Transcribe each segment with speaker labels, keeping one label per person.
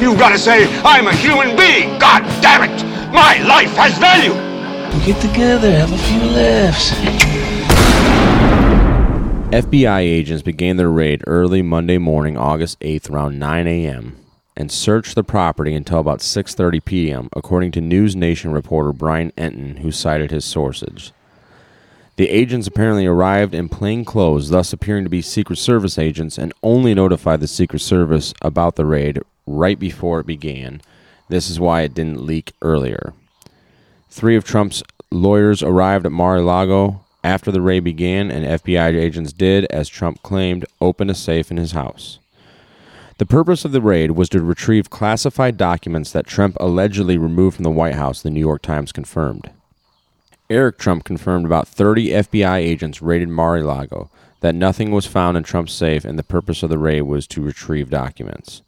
Speaker 1: You've got to say, I'm a human being. God damn it. My life has value.
Speaker 2: Get together, have a few laughs.
Speaker 3: FBI agents began their raid early Monday morning, August 8th, around 9 a.m and searched the property until about 6:30 p.m., according to News Nation reporter Brian Enton, who cited his sources. The agents apparently arrived in plain clothes, thus appearing to be Secret Service agents, and only notified the Secret Service about the raid right before it began. This is why it didn't leak earlier. Three of Trump's lawyers arrived at Mar a Lago after the raid began, and FBI agents did, as Trump claimed, open a safe in his house. The purpose of the raid was to retrieve classified documents that Trump allegedly removed from the White House, the New York Times confirmed. Eric Trump confirmed about 30 FBI agents raided Mar a Lago, that nothing was found in Trump's safe, and the purpose of the raid was to retrieve documents.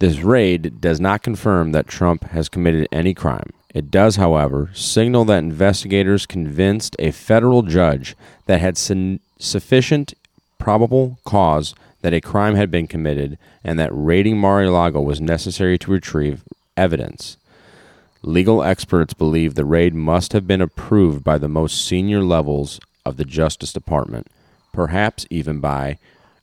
Speaker 3: This raid does not confirm that Trump has committed any crime. It does, however, signal that investigators convinced a federal judge that had sin- sufficient probable cause that a crime had been committed and that raiding Mar-a-Lago was necessary to retrieve evidence. Legal experts believe the raid must have been approved by the most senior levels of the Justice Department, perhaps even by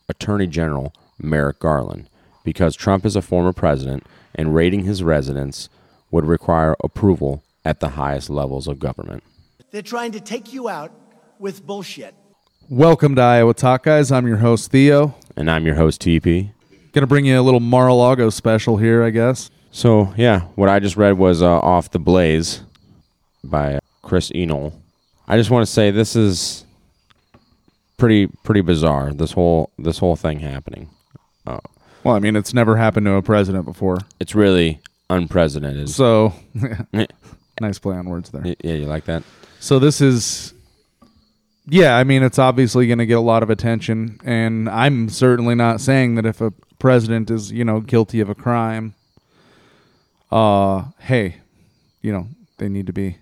Speaker 3: Attorney General Merrick Garland, because Trump is a former president and raiding his residence would require approval at the highest levels of government.
Speaker 4: They're trying to take you out with bullshit.
Speaker 5: Welcome to Iowa Talk Guys. I'm your host, Theo.
Speaker 3: And I'm your host, TP.
Speaker 5: Gonna bring you a little Mar a Lago special here, I guess.
Speaker 3: So, yeah, what I just read was uh, Off the Blaze by Chris Enol. I just want to say this is pretty pretty bizarre this whole this whole thing happening
Speaker 5: uh, well i mean it's never happened to a president before
Speaker 3: it's really unprecedented
Speaker 5: so nice play on words there
Speaker 3: yeah you like that
Speaker 5: so this is yeah, I mean, it's obviously going to get a lot of attention, and I'm certainly not saying that if a president is, you know, guilty of a crime, uh, hey, you know, they need to be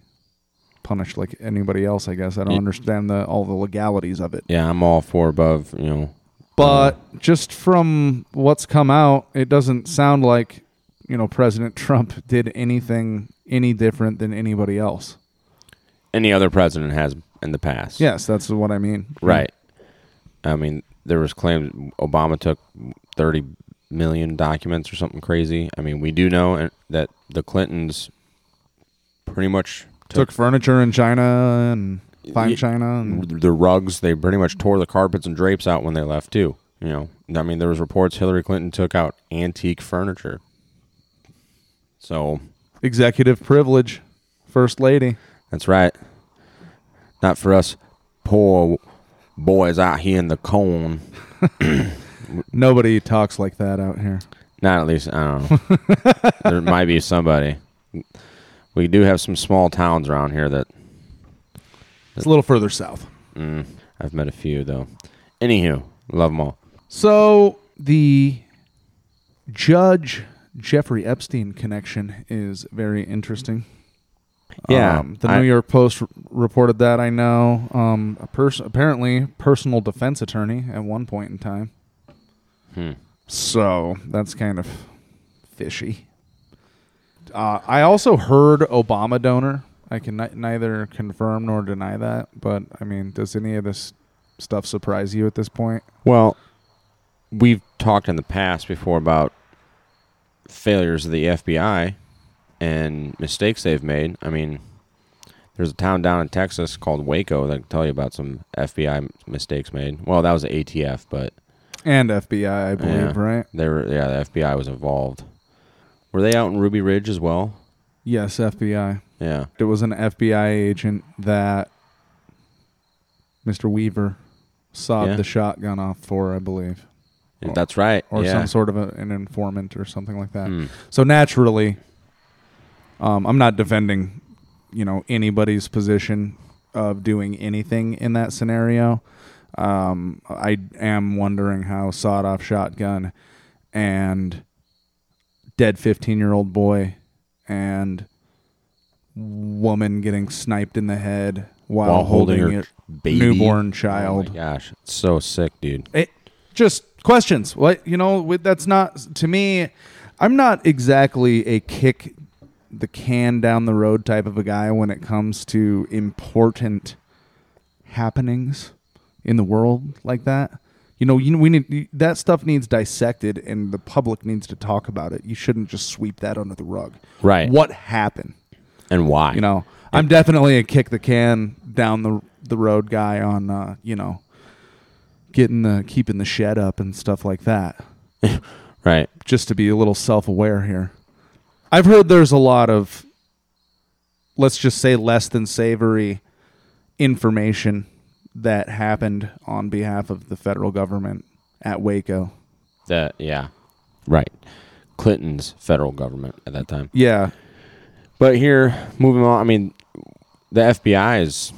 Speaker 5: punished like anybody else. I guess I don't understand the all the legalities of it.
Speaker 3: Yeah, I'm all for above, you know.
Speaker 5: But um, just from what's come out, it doesn't sound like, you know, President Trump did anything any different than anybody else.
Speaker 3: Any other president has in the past.
Speaker 5: Yes, that's what I mean.
Speaker 3: Right. I mean, there was claims Obama took thirty million documents or something crazy. I mean, we do know uh, that the Clintons pretty much
Speaker 5: took, took furniture in China and fine yeah, China and
Speaker 3: the rugs. They pretty much tore the carpets and drapes out when they left too. You know, I mean, there was reports Hillary Clinton took out antique furniture. So,
Speaker 5: executive privilege, first lady.
Speaker 3: That's right not for us poor boys out here in the cone.
Speaker 5: Nobody talks like that out here.
Speaker 3: Not at least I don't know. there might be somebody. We do have some small towns around here that.
Speaker 5: It's a little further south.
Speaker 3: Mm, I've met a few though. Anywho, love them all.
Speaker 5: So the judge Jeffrey Epstein connection is very interesting.
Speaker 3: Yeah,
Speaker 5: um, the I, New York Post r- reported that. I know. Um, a pers- apparently, personal defense attorney at one point in time.
Speaker 3: Hmm.
Speaker 5: So that's kind of fishy. Uh, I also heard Obama donor. I can ni- neither confirm nor deny that, but I mean, does any of this stuff surprise you at this point?
Speaker 3: Well, we've talked in the past before about failures of the FBI and mistakes they've made. I mean, there's a town down in Texas called Waco that can tell you about some FBI mistakes made. Well, that was the ATF, but
Speaker 5: and FBI, I believe,
Speaker 3: yeah,
Speaker 5: right?
Speaker 3: They were yeah, the FBI was involved. Were they out in Ruby Ridge as well?
Speaker 5: Yes, FBI.
Speaker 3: Yeah.
Speaker 5: It was an FBI agent that Mr. Weaver sawed
Speaker 3: Yeah.
Speaker 5: the shotgun off for, I believe,
Speaker 3: That's right.
Speaker 5: or
Speaker 3: yeah. Hmm.
Speaker 5: some sort of a, an informant or something like that. So naturally, um, I'm not defending, you know, anybody's position of doing anything in that scenario. Um, I am wondering how sawed off shotgun and dead 15 year old boy and woman getting sniped in the head while,
Speaker 3: While
Speaker 5: holding,
Speaker 3: holding
Speaker 5: a
Speaker 3: her baby?
Speaker 5: newborn
Speaker 3: Oh my
Speaker 5: child.
Speaker 3: gosh, it's so sick, dude.
Speaker 5: it Eh, just questions. What you know? with- That's not to me. I'm not exactly a kick the can down the road type of a guy when it comes to important happenings in the world like that. You know, you we need that stuff needs dissected, and the public needs to talk about it. You shouldn't just sweep that under the rug.
Speaker 3: Right.
Speaker 5: What happened?
Speaker 3: And why?
Speaker 5: You know, I'm definitely a kick the can down the the road guy on uh, you know, getting the keeping the shed up and stuff like that.
Speaker 3: Right.
Speaker 5: Just to be a little self aware here. I've heard there's a lot of let's just say less than savory information that happened on behalf of the federal government at Waco.
Speaker 3: That yeah. Right. Clinton's federal government at that time.
Speaker 5: Yeah.
Speaker 3: But here, moving on, I mean, the FBI is.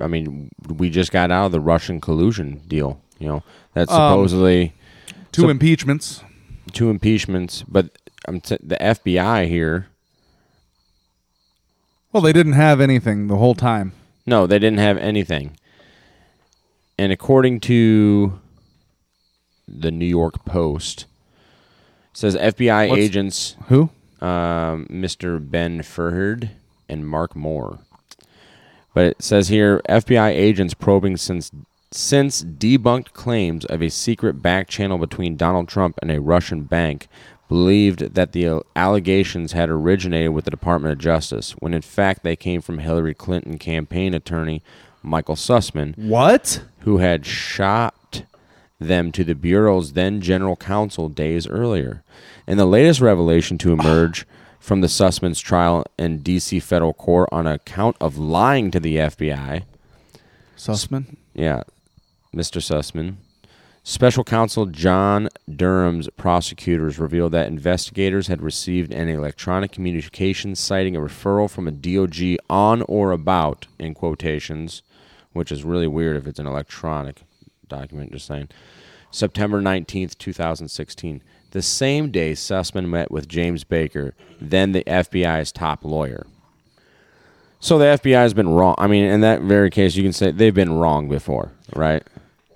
Speaker 3: I mean, we just got out of the Russian collusion deal. You know,
Speaker 5: Um,
Speaker 3: that's supposedly
Speaker 5: Two impeachments.
Speaker 3: two impeachments, but I'm t- the FBI here.
Speaker 5: Well, they didn't have anything the whole time.
Speaker 3: No, they didn't have anything. And according to the New York Post, it says FBI
Speaker 5: What's-
Speaker 3: agents
Speaker 5: Who?
Speaker 3: um, Mr. Ben Furhard and Mark Moore. But it says here FBI agents probing since since debunked claims of a secret back channel between Donald Trump and a Russian bank believed that the allegations had originated with the Department of Justice when in fact they came from Hillary Clinton campaign attorney Michael Sussman
Speaker 5: What?
Speaker 3: who had shopped them to the Bureau's then general counsel days earlier. And the latest revelation to emerge from the Sussman's trial in D.C. federal court on account of lying to the FBI.
Speaker 5: Sussman?
Speaker 3: Yeah, Mr. Sussman. Special counsel John Durham's prosecutors revealed that investigators had received an electronic communication citing a referral from a DOG on or about, in quotations, which is really weird if it's an electronic document, just saying, September 19th, 2016. The same day, Sussman met with James Baker, then the FBI's top lawyer. So the FBI has been wrong. I mean, in that very case, you can say they've been wrong before, right?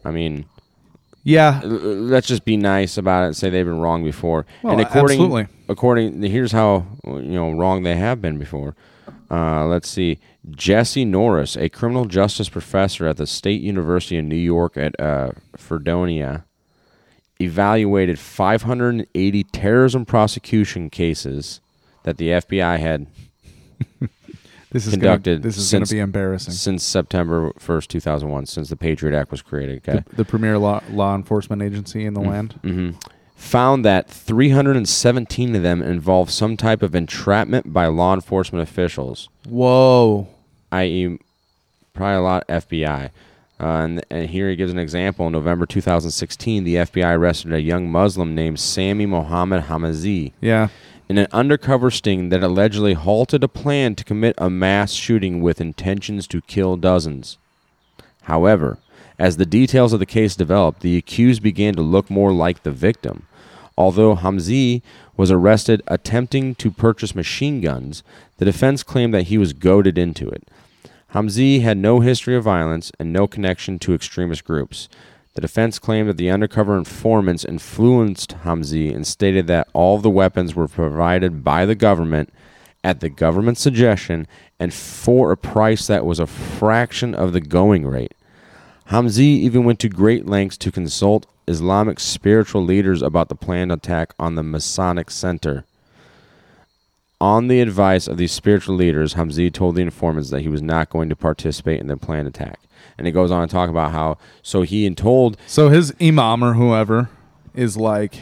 Speaker 3: I mean,
Speaker 5: Yeah.
Speaker 3: l- l- let's just be nice about it and say they've been wrong before.
Speaker 5: Well,
Speaker 3: and according,
Speaker 5: absolutely.
Speaker 3: According, here's how you know wrong they have been before. Uh, let's see. Jesse Norris, a criminal justice professor at the State University of New York at uh, Fredonia, evaluated 580 terrorism prosecution cases that the FBI had
Speaker 5: This is
Speaker 3: conducted
Speaker 5: Gonna, this is going
Speaker 3: since-
Speaker 5: to be embarrassing.
Speaker 3: since September 1st, 2001, since the Patriot Act was created, okay,
Speaker 5: the premier law, law enforcement agency
Speaker 3: Mm-hmm.
Speaker 5: in the land.
Speaker 3: found that 317 of them involved some type of entrapment by law enforcement officials,
Speaker 5: Whoa.
Speaker 3: i.e., probably a lot of FBI. Uh, and, and here he gives an example. In November 2016, the FBI arrested a young Muslim named Sami Mohammed Hamazi
Speaker 5: Yeah.
Speaker 3: in an undercover sting that allegedly halted a plan to commit a mass shooting with intentions to kill dozens. However, as the details of the case developed, the accused began to look more like the victim. Although Hamzi was arrested attempting to purchase machine guns, the defense claimed that he was goaded into it. Hamzi had no history of violence and no connection to extremist groups. The defense claimed that the undercover informants influenced Hamzi and stated that all the weapons were provided by the government at the government's suggestion and for a price that was a fraction of the going rate. Hamzi even went to great lengths to consult Islamic spiritual leaders about the planned attack on the Masonic Center. On the advice of these spiritual leaders, Hamzi told the informants that he was not going to participate in the planned attack. And it goes on to talk about how so he and told
Speaker 5: So his imam or whoever is like,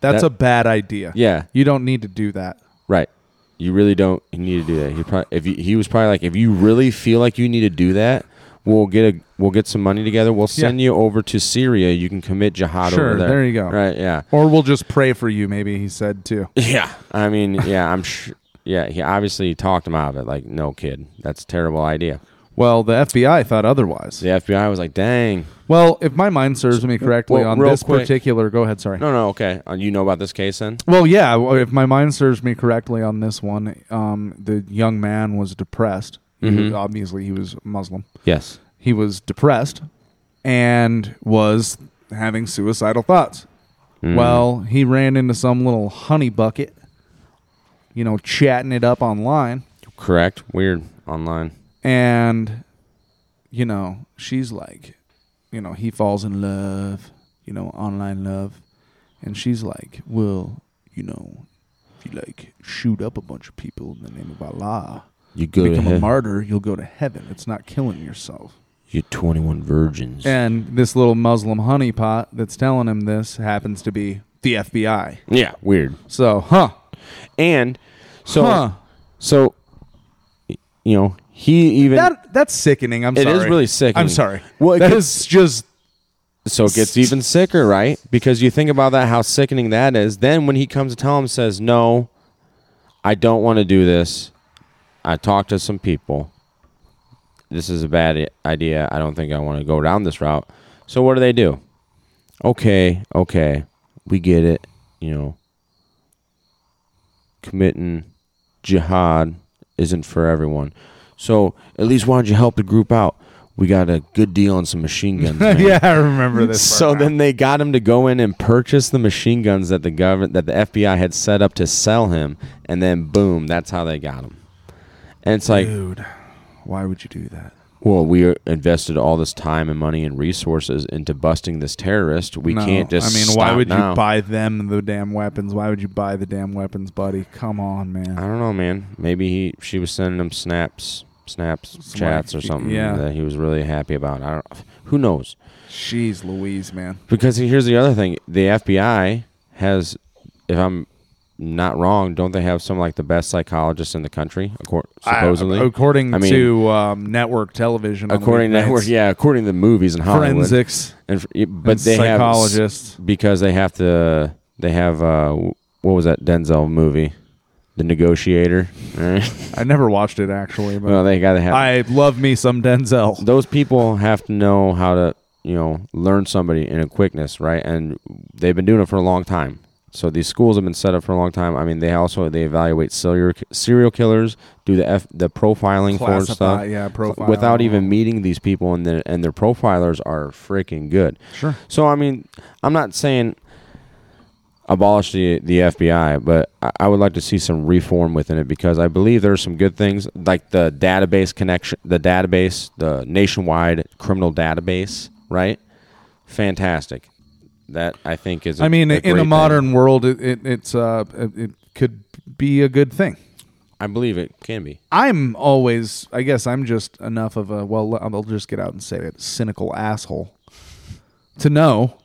Speaker 5: that's
Speaker 3: That-
Speaker 5: a bad idea.
Speaker 3: Yeah.
Speaker 5: You don't need to do that.
Speaker 3: Right. You really don't need to do that. He probably if you, he was probably like if you really feel like you need to do that, we'll get a we'll get some money together. We'll send
Speaker 5: Yeah.
Speaker 3: you over to Syria. You can commit jihad
Speaker 5: Sure,
Speaker 3: over there.
Speaker 5: there you go.
Speaker 3: Right, yeah.
Speaker 5: Or we'll just pray for you, maybe, he said too.
Speaker 3: Yeah. I mean, yeah, I'm sure yeah, he obviously talked him out of it like no kid. That's a terrible idea.
Speaker 5: Well, the FBI thought otherwise.
Speaker 3: The FBI was like, "Dang.
Speaker 5: Well, if my mind serves me correctly
Speaker 3: Well,
Speaker 5: on
Speaker 3: real
Speaker 5: this
Speaker 3: quick-
Speaker 5: particular, go ahead, sorry.
Speaker 3: No, no, okay. Uh, you know about this case then?"
Speaker 5: Well, yeah, well, if my mind serves me correctly on this one, um, the young man was depressed. He was-
Speaker 3: Mm-hmm.
Speaker 5: obviously, he was Muslim.
Speaker 3: Yes.
Speaker 5: He was depressed and was having suicidal thoughts.
Speaker 3: Hmm.
Speaker 5: Well, he ran into some little honey bucket, you know, chatting it up online.
Speaker 3: Correct. Weird online.
Speaker 5: And, you know, she's like, you know, he falls in love, you know, online love. And she's like, well, you know, if you like shoot up a bunch of people in the name of Allah,
Speaker 3: You go
Speaker 5: become
Speaker 3: to
Speaker 5: a
Speaker 3: hell.
Speaker 5: martyr, you'll go to heaven. It's not killing yourself.
Speaker 3: you 21 virgins.
Speaker 5: And this little Muslim honeypot that's telling him this happens to be the FBI.
Speaker 3: yeah, weird.
Speaker 5: So, huh.
Speaker 3: And so
Speaker 5: Huh.
Speaker 3: So, y- you know, he even
Speaker 5: That that's sickening. I'm
Speaker 3: It
Speaker 5: sorry.
Speaker 3: is really sickening.
Speaker 5: I'm sorry.
Speaker 3: Well, it
Speaker 5: that
Speaker 3: gets-
Speaker 5: is just
Speaker 3: so it gets even sicker, right? Because you think about that, how sickening that is. Then when he comes to tell him, says, "No, I don't want to do this. I talked to some people. This is a bad i- idea. I don't think I want to go down this route." So what do they do? Okay, okay, we get it. You know, committing jihad isn't for everyone. So at least why don't you help the group out? We got a good deal on some machine guns. man.
Speaker 5: yeah. I remember this. part
Speaker 3: So
Speaker 5: now.
Speaker 3: then they got him to go in and purchase the machine guns that the government that the FBI had set up to sell him, and then boom, that's how they got him. And it's like,
Speaker 5: dude, why would you do that?
Speaker 3: well, we invested all this time and money and resources into busting this terrorist. We
Speaker 5: No,
Speaker 3: can't just.
Speaker 5: I mean, why
Speaker 3: stop
Speaker 5: would
Speaker 3: now.
Speaker 5: you buy them the damn weapons? Why would you buy the damn weapons, buddy? Come on, man.
Speaker 3: I don't know, man. Maybe he she was sending him snaps, snaps, chats, or something
Speaker 5: yeah.
Speaker 3: that he was really happy about. I don't. Who knows?
Speaker 5: Jeez, Louise, man.
Speaker 3: Because here's the other thing: the FBI has, if I'm not wrong, don't they have some like the best psychologists in the country? Accor- supposedly,
Speaker 5: I- uh, according
Speaker 3: I mean,
Speaker 5: to um, network television, on
Speaker 3: according to
Speaker 5: weeknights,
Speaker 3: network, yeah, according to the movies and Hollywood,
Speaker 5: forensics,
Speaker 3: and, f- but
Speaker 5: and
Speaker 3: they
Speaker 5: psychologists.
Speaker 3: have s- because they have to. They have uh, what was that Denzel movie, The Negotiator? Right?
Speaker 5: I never watched it actually, but
Speaker 3: well, they gotta have.
Speaker 5: I love me some Denzel.
Speaker 3: those people have to know how to you know learn somebody in a quickness right and they've been doing it for a long time so these schools have been set up for a long time i mean they also they evaluate serial serial killers do the F, the profiling for
Speaker 5: Classify,
Speaker 3: stuff
Speaker 5: yeah, profile.
Speaker 3: without even meeting these people and their and their profilers are freaking good
Speaker 5: Sure.
Speaker 3: so i mean i'm not saying abolish the, the FBI, but I, I would like to see some reform within it because I believe there are some good things like the database connection, the database, the nationwide criminal database, right? Fantastic. That I think is. I
Speaker 5: I mean, in
Speaker 3: a
Speaker 5: a
Speaker 3: great
Speaker 5: modern
Speaker 3: thing.
Speaker 5: world, it, it it's uh, it, it could be a good thing.
Speaker 3: I believe it can be.
Speaker 5: I'm always, I guess I'm just enough of a, well, I'll just get out and say it, cynical asshole to know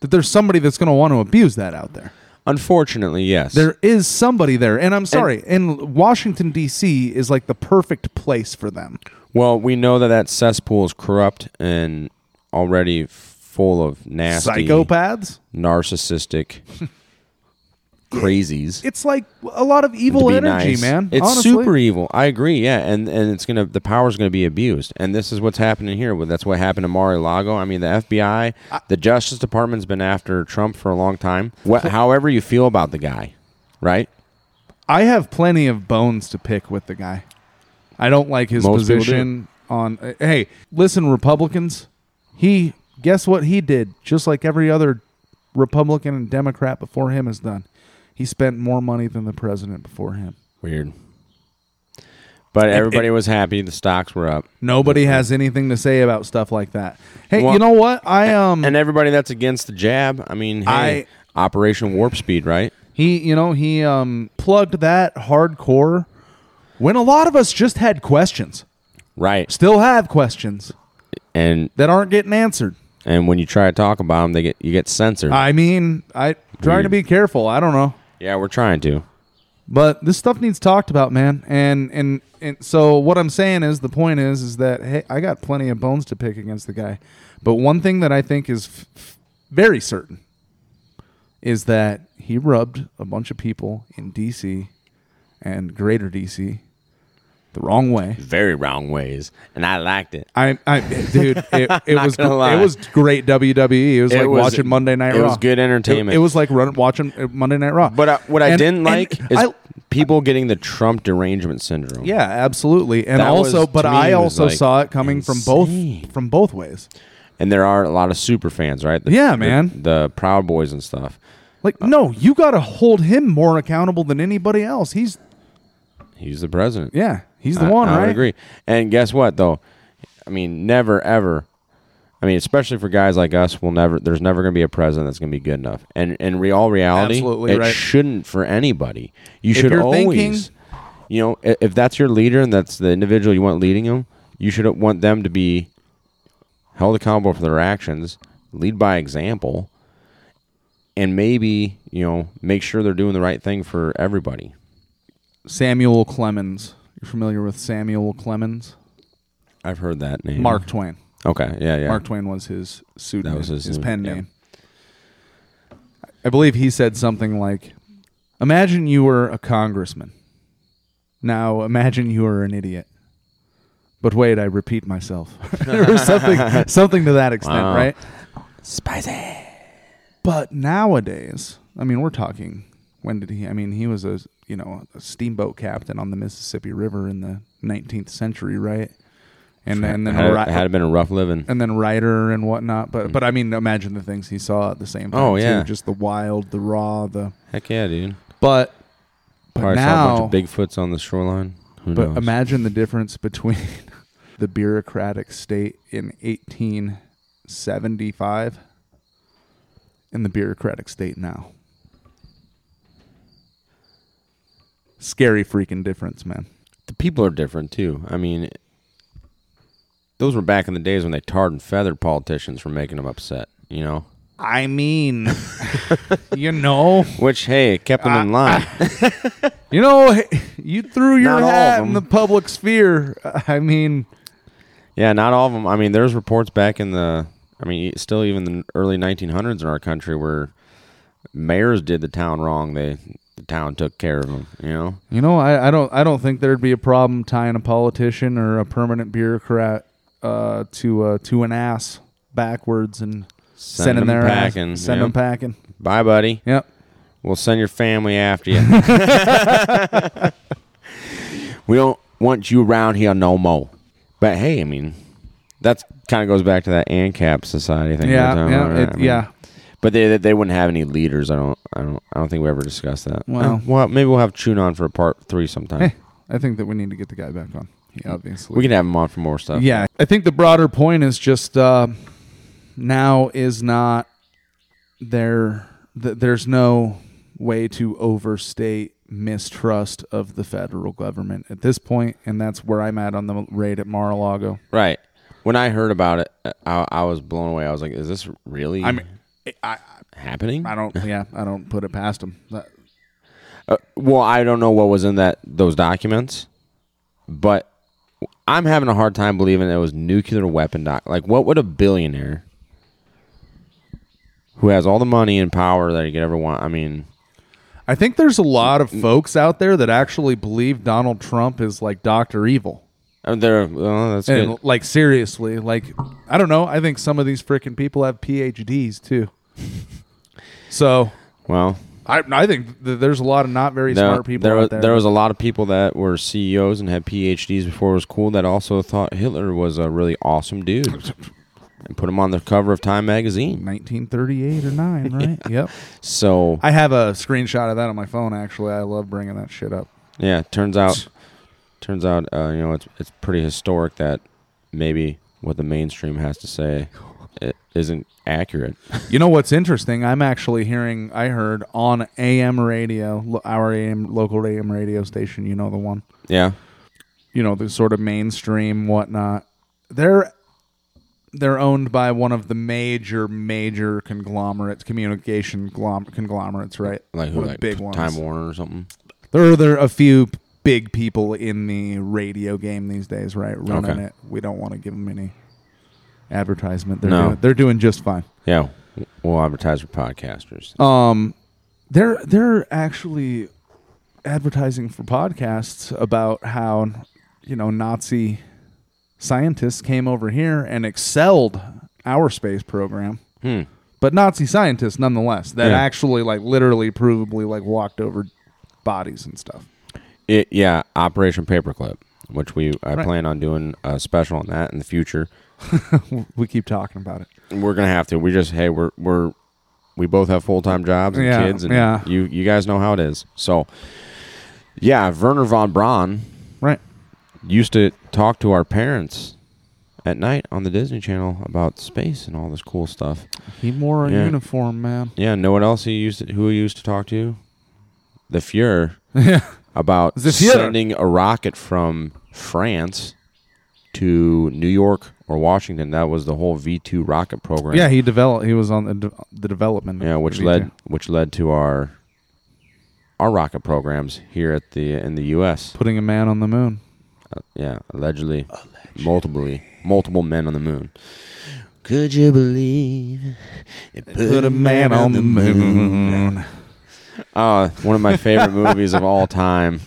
Speaker 5: that there's somebody that's going to want to abuse that out there.
Speaker 3: Unfortunately, yes.
Speaker 5: There is somebody there. And I'm sorry, and, Washington, D.C. is like the perfect place for them.
Speaker 3: well, we know that that cesspool is corrupt and already full of nasty,
Speaker 5: Psychopaths?
Speaker 3: narcissistic crazies.
Speaker 5: It's like a lot of evil
Speaker 3: to be
Speaker 5: energy,
Speaker 3: nice.
Speaker 5: man.
Speaker 3: It's
Speaker 5: honestly.
Speaker 3: super evil. I agree. Yeah, and and it's gonna the power's gonna be abused, and this is what's happening here. Well, That's what happened to Mar-a-Lago. I mean, the FBI, the Justice Department's been after Trump for a long time. What, however you feel about the guy, right?
Speaker 5: I have plenty of bones to pick with the guy. I don't like his
Speaker 3: Most people
Speaker 5: position on. uh, Hey, listen, Republicans. He guess what he did? Just like every other Republican and Democrat before him has done, he spent more money than the president before him.
Speaker 3: Weird. But everybody was happy. The stocks were up,
Speaker 5: Nobody has anything to say about stuff like that. Hey,
Speaker 3: Well,
Speaker 5: you know what? I um
Speaker 3: and everybody that's against the jab. I mean, hey, Operation Warp Speed, right?
Speaker 5: He, you know, he um, plugged that hardcore when a lot of us just had questions,
Speaker 3: Right.
Speaker 5: still have questions
Speaker 3: And
Speaker 5: that aren't getting answered.
Speaker 3: and when you try to talk about them, they get you get censored.
Speaker 5: I mean, I trying to
Speaker 3: Weird.
Speaker 5: be careful. I don't know.
Speaker 3: yeah, we're trying to.
Speaker 5: but this stuff needs talked about man and and and so what i'm saying is the point is is that hey i got plenty of bones to pick against the guy but one thing that i think is f- f- very certain is that he rubbed a bunch of people in dc and greater dc the wrong way
Speaker 3: Very wrong ways, and I liked it.
Speaker 5: I, I, dude, it, it was
Speaker 3: gonna lie.
Speaker 5: it was great WWE. It was
Speaker 3: It
Speaker 5: like
Speaker 3: was-
Speaker 5: watching Monday Night
Speaker 3: it
Speaker 5: Raw.
Speaker 3: was good entertainment.
Speaker 5: It, it was like run, watching uh, Monday Night Raw.
Speaker 3: But I, what I
Speaker 5: And-
Speaker 3: didn't
Speaker 5: and
Speaker 3: like is
Speaker 5: I-
Speaker 3: people getting the Trump derangement syndrome.
Speaker 5: Yeah, absolutely. And
Speaker 3: That
Speaker 5: also,
Speaker 3: was-
Speaker 5: but
Speaker 3: to me,
Speaker 5: I
Speaker 3: it was,
Speaker 5: also
Speaker 3: like,
Speaker 5: saw it coming from
Speaker 3: insane.
Speaker 5: both from both ways.
Speaker 3: and there are a lot of super fans, right? The-
Speaker 5: Yeah,
Speaker 3: the-
Speaker 5: man.
Speaker 3: The Proud Boys and stuff.
Speaker 5: Like,
Speaker 3: Uh,
Speaker 5: no, you got to hold him more accountable than anybody else. He's
Speaker 3: He's the president.
Speaker 5: yeah, he's the
Speaker 3: I-
Speaker 5: one,
Speaker 3: I,
Speaker 5: right?
Speaker 3: would agree. And guess what, though? I mean, never ever. I mean, especially for guys like us, we'll never. There's never going to be a president that's going to be good enough. And in re- all reality,
Speaker 5: Absolutely
Speaker 3: it
Speaker 5: right.
Speaker 3: shouldn't for anybody. You
Speaker 5: If
Speaker 3: should
Speaker 5: you're
Speaker 3: always,
Speaker 5: thinking-
Speaker 3: you know, i- if that's your leader and that's the individual you want leading them, you should want them to be held accountable for their actions, lead by example, and maybe you know make sure they're doing the right thing for everybody.
Speaker 5: Samuel Clemens. You're familiar with Samuel Clemens?
Speaker 3: I've heard that name.
Speaker 5: Mark Twain.
Speaker 3: Okay. Yeah. Yeah.
Speaker 5: Mark Twain was his pseudonym,
Speaker 3: That was
Speaker 5: his,
Speaker 3: his
Speaker 5: pen
Speaker 3: name, yeah.
Speaker 5: name. I believe he said something like, "Imagine you were a congressman. Now imagine you were an idiot." But wait, I repeat myself. or something, something to that extent,
Speaker 3: Wow.
Speaker 5: right?
Speaker 3: Spicy.
Speaker 5: But nowadays, I mean, we're talking. When did he? I mean, he was a you know a steamboat captain on the Mississippi River in the 19th century, right? And then, and then
Speaker 3: had,
Speaker 5: ri-
Speaker 3: had been a rough living.
Speaker 5: and then writer and whatnot. But but I mean, imagine the things he saw at the same time.
Speaker 3: Mm-hmm. Oh,
Speaker 5: too.
Speaker 3: yeah.
Speaker 5: just the wild, the raw, the
Speaker 3: Heck yeah, dude.
Speaker 5: but but
Speaker 3: Probably
Speaker 5: now,
Speaker 3: saw a bunch of Bigfoots on the shoreline. Who
Speaker 5: but
Speaker 3: knows?
Speaker 5: imagine the difference between the bureaucratic state in 1875 and the bureaucratic state now. Scary freaking difference, man.
Speaker 3: the people are different too. I mean, those were back in the days when they tarred and feathered politicians for making them upset. You know,
Speaker 5: I mean, you know,
Speaker 3: which hey, it kept them
Speaker 5: Uh,
Speaker 3: in line.
Speaker 5: You know, you threw your
Speaker 3: Not all of
Speaker 5: hat in the
Speaker 3: them.
Speaker 5: public sphere. I mean,
Speaker 3: yeah, not all of them. I mean, there's reports back in the. I mean, e, still even the early 1900s in our country where mayors did the town wrong. They the town took care of them. You know.
Speaker 5: you know, I, I don't, I don't think there'd be a problem tying a politician or a permanent bureaucrat uh, to uh, to an ass backwards and
Speaker 3: Send
Speaker 5: sending
Speaker 3: 'em
Speaker 5: their ass-
Speaker 3: packing,
Speaker 5: send
Speaker 3: yep.
Speaker 5: them packing.
Speaker 3: Bye, buddy.
Speaker 5: Yep.
Speaker 3: We'll send your family after you. we don't want you around here no more. But hey, I mean, that's kind of goes back to that ANCAP society thing. we were
Speaker 5: Yeah.
Speaker 3: talking
Speaker 5: Yeah.
Speaker 3: about, right?
Speaker 5: it-
Speaker 3: I mean,
Speaker 5: yeah.
Speaker 3: But they they- they wouldn't have any leaders. I don't I don't I don't think we ever discussed that.
Speaker 5: Well-
Speaker 3: Uh, well, maybe we'll have Chun on for a part three sometime.
Speaker 5: Hey, I think that we need to get the guy back on. He obviously.
Speaker 3: We can have him on for more stuff.
Speaker 5: Yeah, I think the broader point is just uh, now is not there. Th- there's no way to overstate mistrust of the federal government at this point, and that's where I'm at on the raid at Mar-a-Lago.
Speaker 3: Right. When I heard about it, uh, I, I was blown away. I was like, "Is this really
Speaker 5: I mean, I
Speaker 3: happening?"
Speaker 5: I don't. Yeah, I don't put it past them. That-
Speaker 3: Uh, well, I don't know what was in that those documents, but I'm having a hard time believing it was nuclear weapon doc. Like, what would a billionaire who has all the money and power that he could ever want? I mean,
Speaker 5: I think there's a lot of folks out there that actually believe Donald Trump is like Doctor Evil.
Speaker 3: uh, there. Well, that's
Speaker 5: And
Speaker 3: good.
Speaker 5: like seriously, like I don't know. I think some of these freaking people have PhDs too. so
Speaker 3: Well,
Speaker 5: I I think th- there's a lot of not very
Speaker 3: there,
Speaker 5: smart people
Speaker 3: there, was-
Speaker 5: out there.
Speaker 3: there was a lot of people that were CEOs and had PhDs before it was cool that also thought Hitler was a really awesome dude and put him on the cover of Time magazine.
Speaker 5: 1938 or nine, right? Yep.
Speaker 3: So
Speaker 5: I have a screenshot of that on my phone. Actually, I love bringing that shit up.
Speaker 3: Yeah, turns out, turns out, uh, you know, it's it's pretty historic that maybe what the mainstream has to say i- isn't accurate.
Speaker 5: You know what's interesting? I'm actually hearing. I heard on AM radio, lo- our AM local AM radio station. You know the one.
Speaker 3: yeah.
Speaker 5: You know the sort of mainstream whatnot. They're they're owned by one of the major major conglomerates, communication glom- conglomerates, right?
Speaker 3: Like who
Speaker 5: one of the
Speaker 3: like
Speaker 5: big
Speaker 3: P-
Speaker 5: ones.
Speaker 3: Time Warner or something.
Speaker 5: There are there are a few big people in the radio game these days, right? Running
Speaker 3: Okay.
Speaker 5: it. We don't want to give them any advertisement. They're
Speaker 3: No.
Speaker 5: doing, they're doing just fine.
Speaker 3: Yeah. We'll advertise for podcasters.
Speaker 5: they're they're actually advertising for podcasts about how you know Nazi scientists came over here and excelled our space program. But Nazi scientists nonetheless that
Speaker 3: Hmm. Yeah.
Speaker 5: actually like literally provably like walked over bodies and stuff.
Speaker 3: It, yeah, Operation Paperclip, which we I
Speaker 5: Right.
Speaker 3: plan on doing a special on that in the future.
Speaker 5: We keep talking about it.
Speaker 3: We're gonna have to. We just hey, we're we're we both have full time jobs and
Speaker 5: Yeah,
Speaker 3: kids, and
Speaker 5: yeah.
Speaker 3: you you guys know how it is. So, yeah, Werner von Braun
Speaker 5: Right.
Speaker 3: used to talk to our parents at night on the Disney Channel about space and all this cool stuff.
Speaker 5: He wore a
Speaker 3: Yeah.
Speaker 5: uniform, man.
Speaker 3: Yeah, know what else he used to, who he used to talk to? The Fuhrer
Speaker 5: Yeah.
Speaker 3: about
Speaker 5: The Fuhrer.
Speaker 3: sending a rocket from France to New York or Washington. That was the whole V two rocket program.
Speaker 5: Yeah, he developed he was on the, de- the development.
Speaker 3: yeah,
Speaker 5: of
Speaker 3: which
Speaker 5: VJ.
Speaker 3: led which led to our our rocket programs here at the in the U.S.
Speaker 5: putting a man on the moon.
Speaker 3: Yeah, allegedly, multiply multiple men on the moon. Could you believe it put, a man on the
Speaker 5: moon.
Speaker 3: Uh, one of my favorite movies of all time.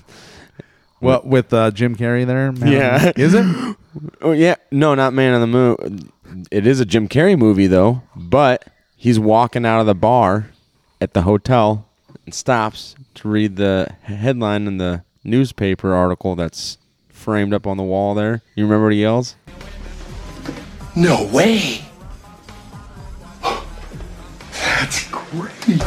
Speaker 5: Well, with uh, Jim Carrey there, man.
Speaker 3: Yeah.
Speaker 5: is it?
Speaker 3: Oh yeah, no, not Man on the Moon. It is a Jim Carrey movie though, but he's walking out of the bar at the hotel and stops to read the headline in the newspaper article that's framed up on the wall there. You remember what he yells?
Speaker 6: No way! That's great!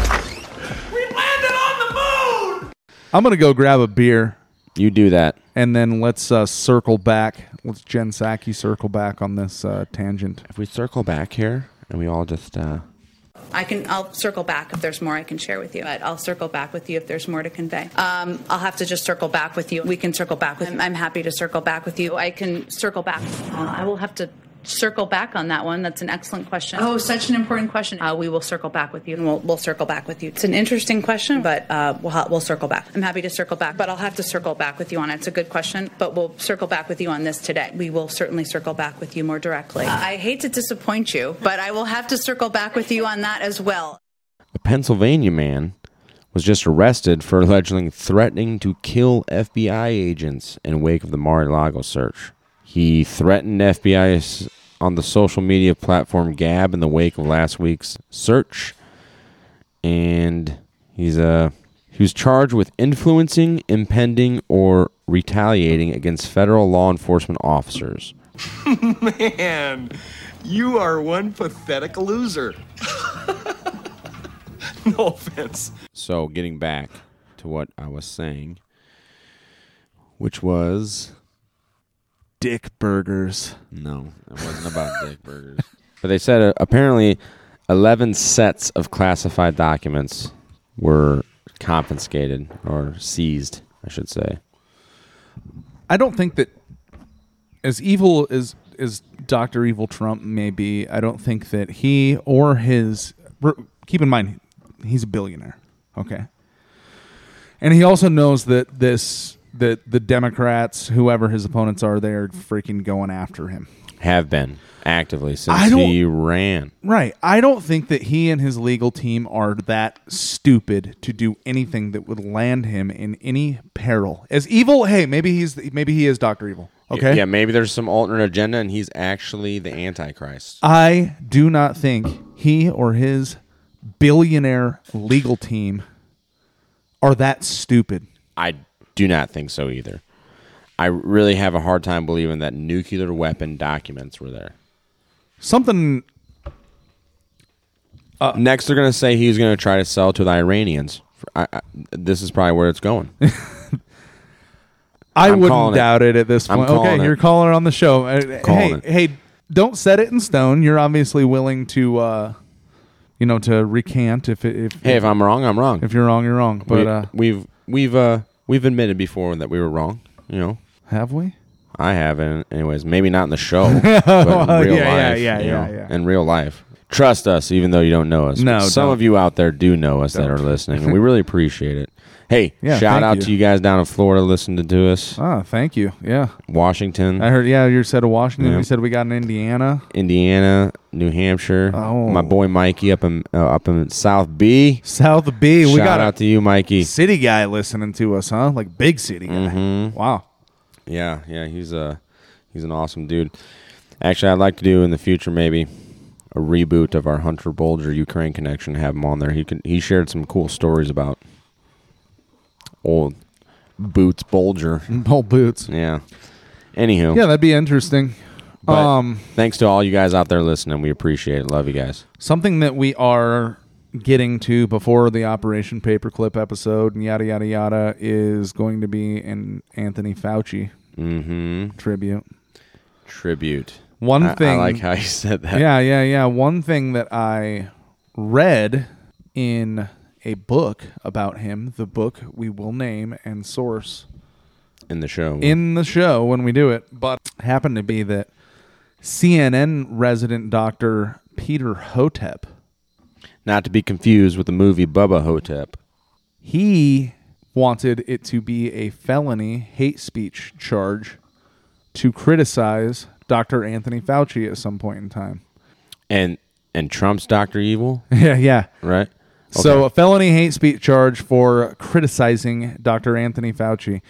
Speaker 5: I'm gonna go grab a beer
Speaker 3: You do that.
Speaker 5: and then let's uh, circle back. Let's Jen Psaki circle back on this uh, tangent.
Speaker 3: If we circle back here and we all just uh
Speaker 7: I can. I'll circle back if there's more I can share with you. But I'll circle back with you if there's more to convey. Um, I'll have to just circle back with you. We can circle back with. I'm, I'm happy to circle back with you. I can circle back. Uh, I will have to circle back on that one. That's an excellent question. Oh, such an important question. Uh, we will circle back with you, and we'll, we'll circle back with you. It's an interesting question, but uh, we'll ha- we'll circle back. I'm happy to circle back, but I'll have to circle back with you on it. It's a good question, but we'll circle back with you on this today. We will certainly circle back with you more directly. I hate to disappoint you, but I will have to circle back with you on that as well.
Speaker 3: a Pennsylvania man was just arrested for allegedly threatening to kill FBI agents in wake of the Mar-a-Lago search. He threatened FBI s- on the social media platform Gab in the wake of last week's search, and he's uh, he was charged with influencing, impending, or retaliating against federal law enforcement officers.
Speaker 6: Man, you are one pathetic loser. no offense.
Speaker 3: So, getting back to what I was saying, which was
Speaker 5: Dick burgers.
Speaker 3: No, it wasn't about dick burgers. But they said uh, apparently 11 sets of classified documents were confiscated or seized, I should say.
Speaker 5: I don't think that as evil as as Doctor Evil Trump may be, I don't think that he or his. r- Keep in mind, he's a billionaire. Okay, and he also knows that this that the Democrats, whoever his opponents are, they're freaking going after him.
Speaker 3: Have been actively
Speaker 5: I
Speaker 3: since
Speaker 5: don't-
Speaker 3: he ran.
Speaker 5: Right. I don't think that he and his legal team are that stupid to do anything that would land him in any peril. As evil, hey, maybe he's maybe he is Doctor Evil. Okay.
Speaker 3: Yeah, maybe there's some alternate agenda and he's actually the
Speaker 5: Uh,
Speaker 3: Antichrist.
Speaker 5: I do not think he or his billionaire legal team are that stupid.
Speaker 3: I do not think so either. I really have a hard time believing that nuclear weapon documents were there.
Speaker 5: Something Uh,
Speaker 3: Next, they're going to say he's going to try to sell to the Iranians. I, I, this is probably where it's going.
Speaker 5: I
Speaker 3: I'm calling
Speaker 5: wouldn't
Speaker 3: it.
Speaker 5: doubt it. at this
Speaker 3: I'm
Speaker 5: point.
Speaker 3: calling
Speaker 5: Okay,
Speaker 3: it.
Speaker 5: you're calling it on the show. Uh,
Speaker 3: Calling
Speaker 5: hey, hey, don't set it in stone. You're obviously willing to, uh, you know, to recant if it, if
Speaker 3: Hey, if I'm wrong, I'm wrong.
Speaker 5: If you're wrong, you're wrong. But
Speaker 3: we,
Speaker 5: uh,
Speaker 3: we've we've uh we've admitted before that we were wrong. You know,
Speaker 5: have we?
Speaker 3: I haven't. Anyways, maybe not in the show, but in real
Speaker 5: Yeah, yeah,
Speaker 3: life.
Speaker 5: yeah,
Speaker 3: you
Speaker 5: yeah,
Speaker 3: know,
Speaker 5: yeah.
Speaker 3: In real life, trust us, even though you don't know us.
Speaker 5: No,
Speaker 3: But some
Speaker 5: don't.
Speaker 3: of you out there do know us that are listening, and we really appreciate it. Hey,
Speaker 5: Yeah,
Speaker 3: shout
Speaker 5: thank
Speaker 3: out
Speaker 5: you.
Speaker 3: to you guys down in Florida listening to us,
Speaker 5: Ah, thank you. Yeah,
Speaker 3: Washington,
Speaker 5: I heard. Yeah, you said Washington.
Speaker 3: Yeah.
Speaker 5: You said we got in Indiana.
Speaker 3: Indiana, New Hampshire.
Speaker 5: Oh.
Speaker 3: My boy Mikey up in uh, up in South B.
Speaker 5: South B. We
Speaker 3: shout
Speaker 5: got
Speaker 3: out to you, Mikey.
Speaker 5: a city guy listening to us, huh? Like big city guy.
Speaker 3: Mm-hmm.
Speaker 5: Wow.
Speaker 3: Yeah, yeah, he's a he's an awesome dude. Actually, I'd like to do in the future maybe a reboot of our Hunter Bolger Ukraine connection. Have him on there. He can he shared some cool stories about old Boots Bolger.
Speaker 5: Whole boots.
Speaker 3: Yeah. Anywho,
Speaker 5: Yeah, that'd be interesting.
Speaker 3: but
Speaker 5: um,
Speaker 3: thanks to all you guys out there listening. We appreciate it. Love you guys.
Speaker 5: something that we are getting to before the Operation Paperclip episode and yada yada yada is going to be an Anthony Fauci
Speaker 3: Mm-hmm.
Speaker 5: tribute.
Speaker 3: Tribute.
Speaker 5: One
Speaker 3: I- I
Speaker 5: thing-
Speaker 3: like how you said that.
Speaker 5: Yeah, yeah, yeah. One thing that I read in a book about him, the book we will name and source
Speaker 3: In the show.
Speaker 5: in the show when we do it, but happened to be that CNN resident doctor Peter Hotep
Speaker 3: Not to be confused with the movie Bubba Hotep.
Speaker 5: he wanted it to be a felony hate speech charge to criticize Dr. Anthony Fauci at some point in time.
Speaker 3: And and Trump's Doctor Evil,
Speaker 5: Yeah, yeah.
Speaker 3: right?
Speaker 5: So a felony hate speech charge for criticizing Dr. Anthony Fauci.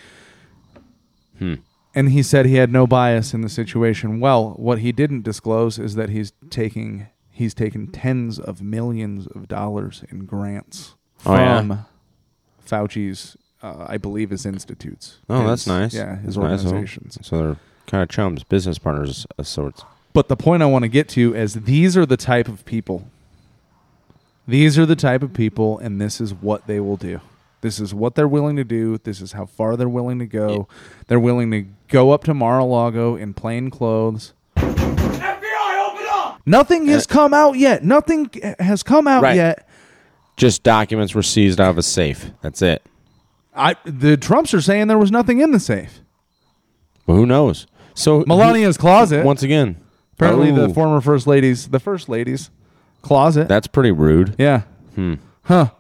Speaker 3: Hmm.
Speaker 5: And he said he had no bias in the situation. Well, what he didn't disclose is that he's taking he's taken tens of millions of dollars in grants
Speaker 3: Oh, yeah?
Speaker 5: from Fauci's uh, I believe his institutes.
Speaker 3: Oh, that's
Speaker 5: His-
Speaker 3: nice.
Speaker 5: Yeah, his
Speaker 3: That's nice. So-
Speaker 5: organizations.
Speaker 3: So, they're kind of chums, business partners of sorts.
Speaker 5: But the point I want to get to is these are the type of people. These are the type of people, and this is what they will do. This is what they're willing to do. This is how far they're willing to go. They're willing to go up to Mar-a-Lago in plain clothes. FBI, open up! Nothing has come out yet. Nothing has come out
Speaker 3: Right.
Speaker 5: yet.
Speaker 3: Just documents were seized out of a safe. That's it.
Speaker 5: I the Trumps are saying there was nothing in the safe.
Speaker 3: But who knows? So
Speaker 5: Melania's
Speaker 3: who-
Speaker 5: closet.
Speaker 3: once again.
Speaker 5: Apparently,
Speaker 3: Ooh,
Speaker 5: the former first ladies, the first ladies, closet.
Speaker 3: that's pretty rude.
Speaker 5: Yeah. Huh.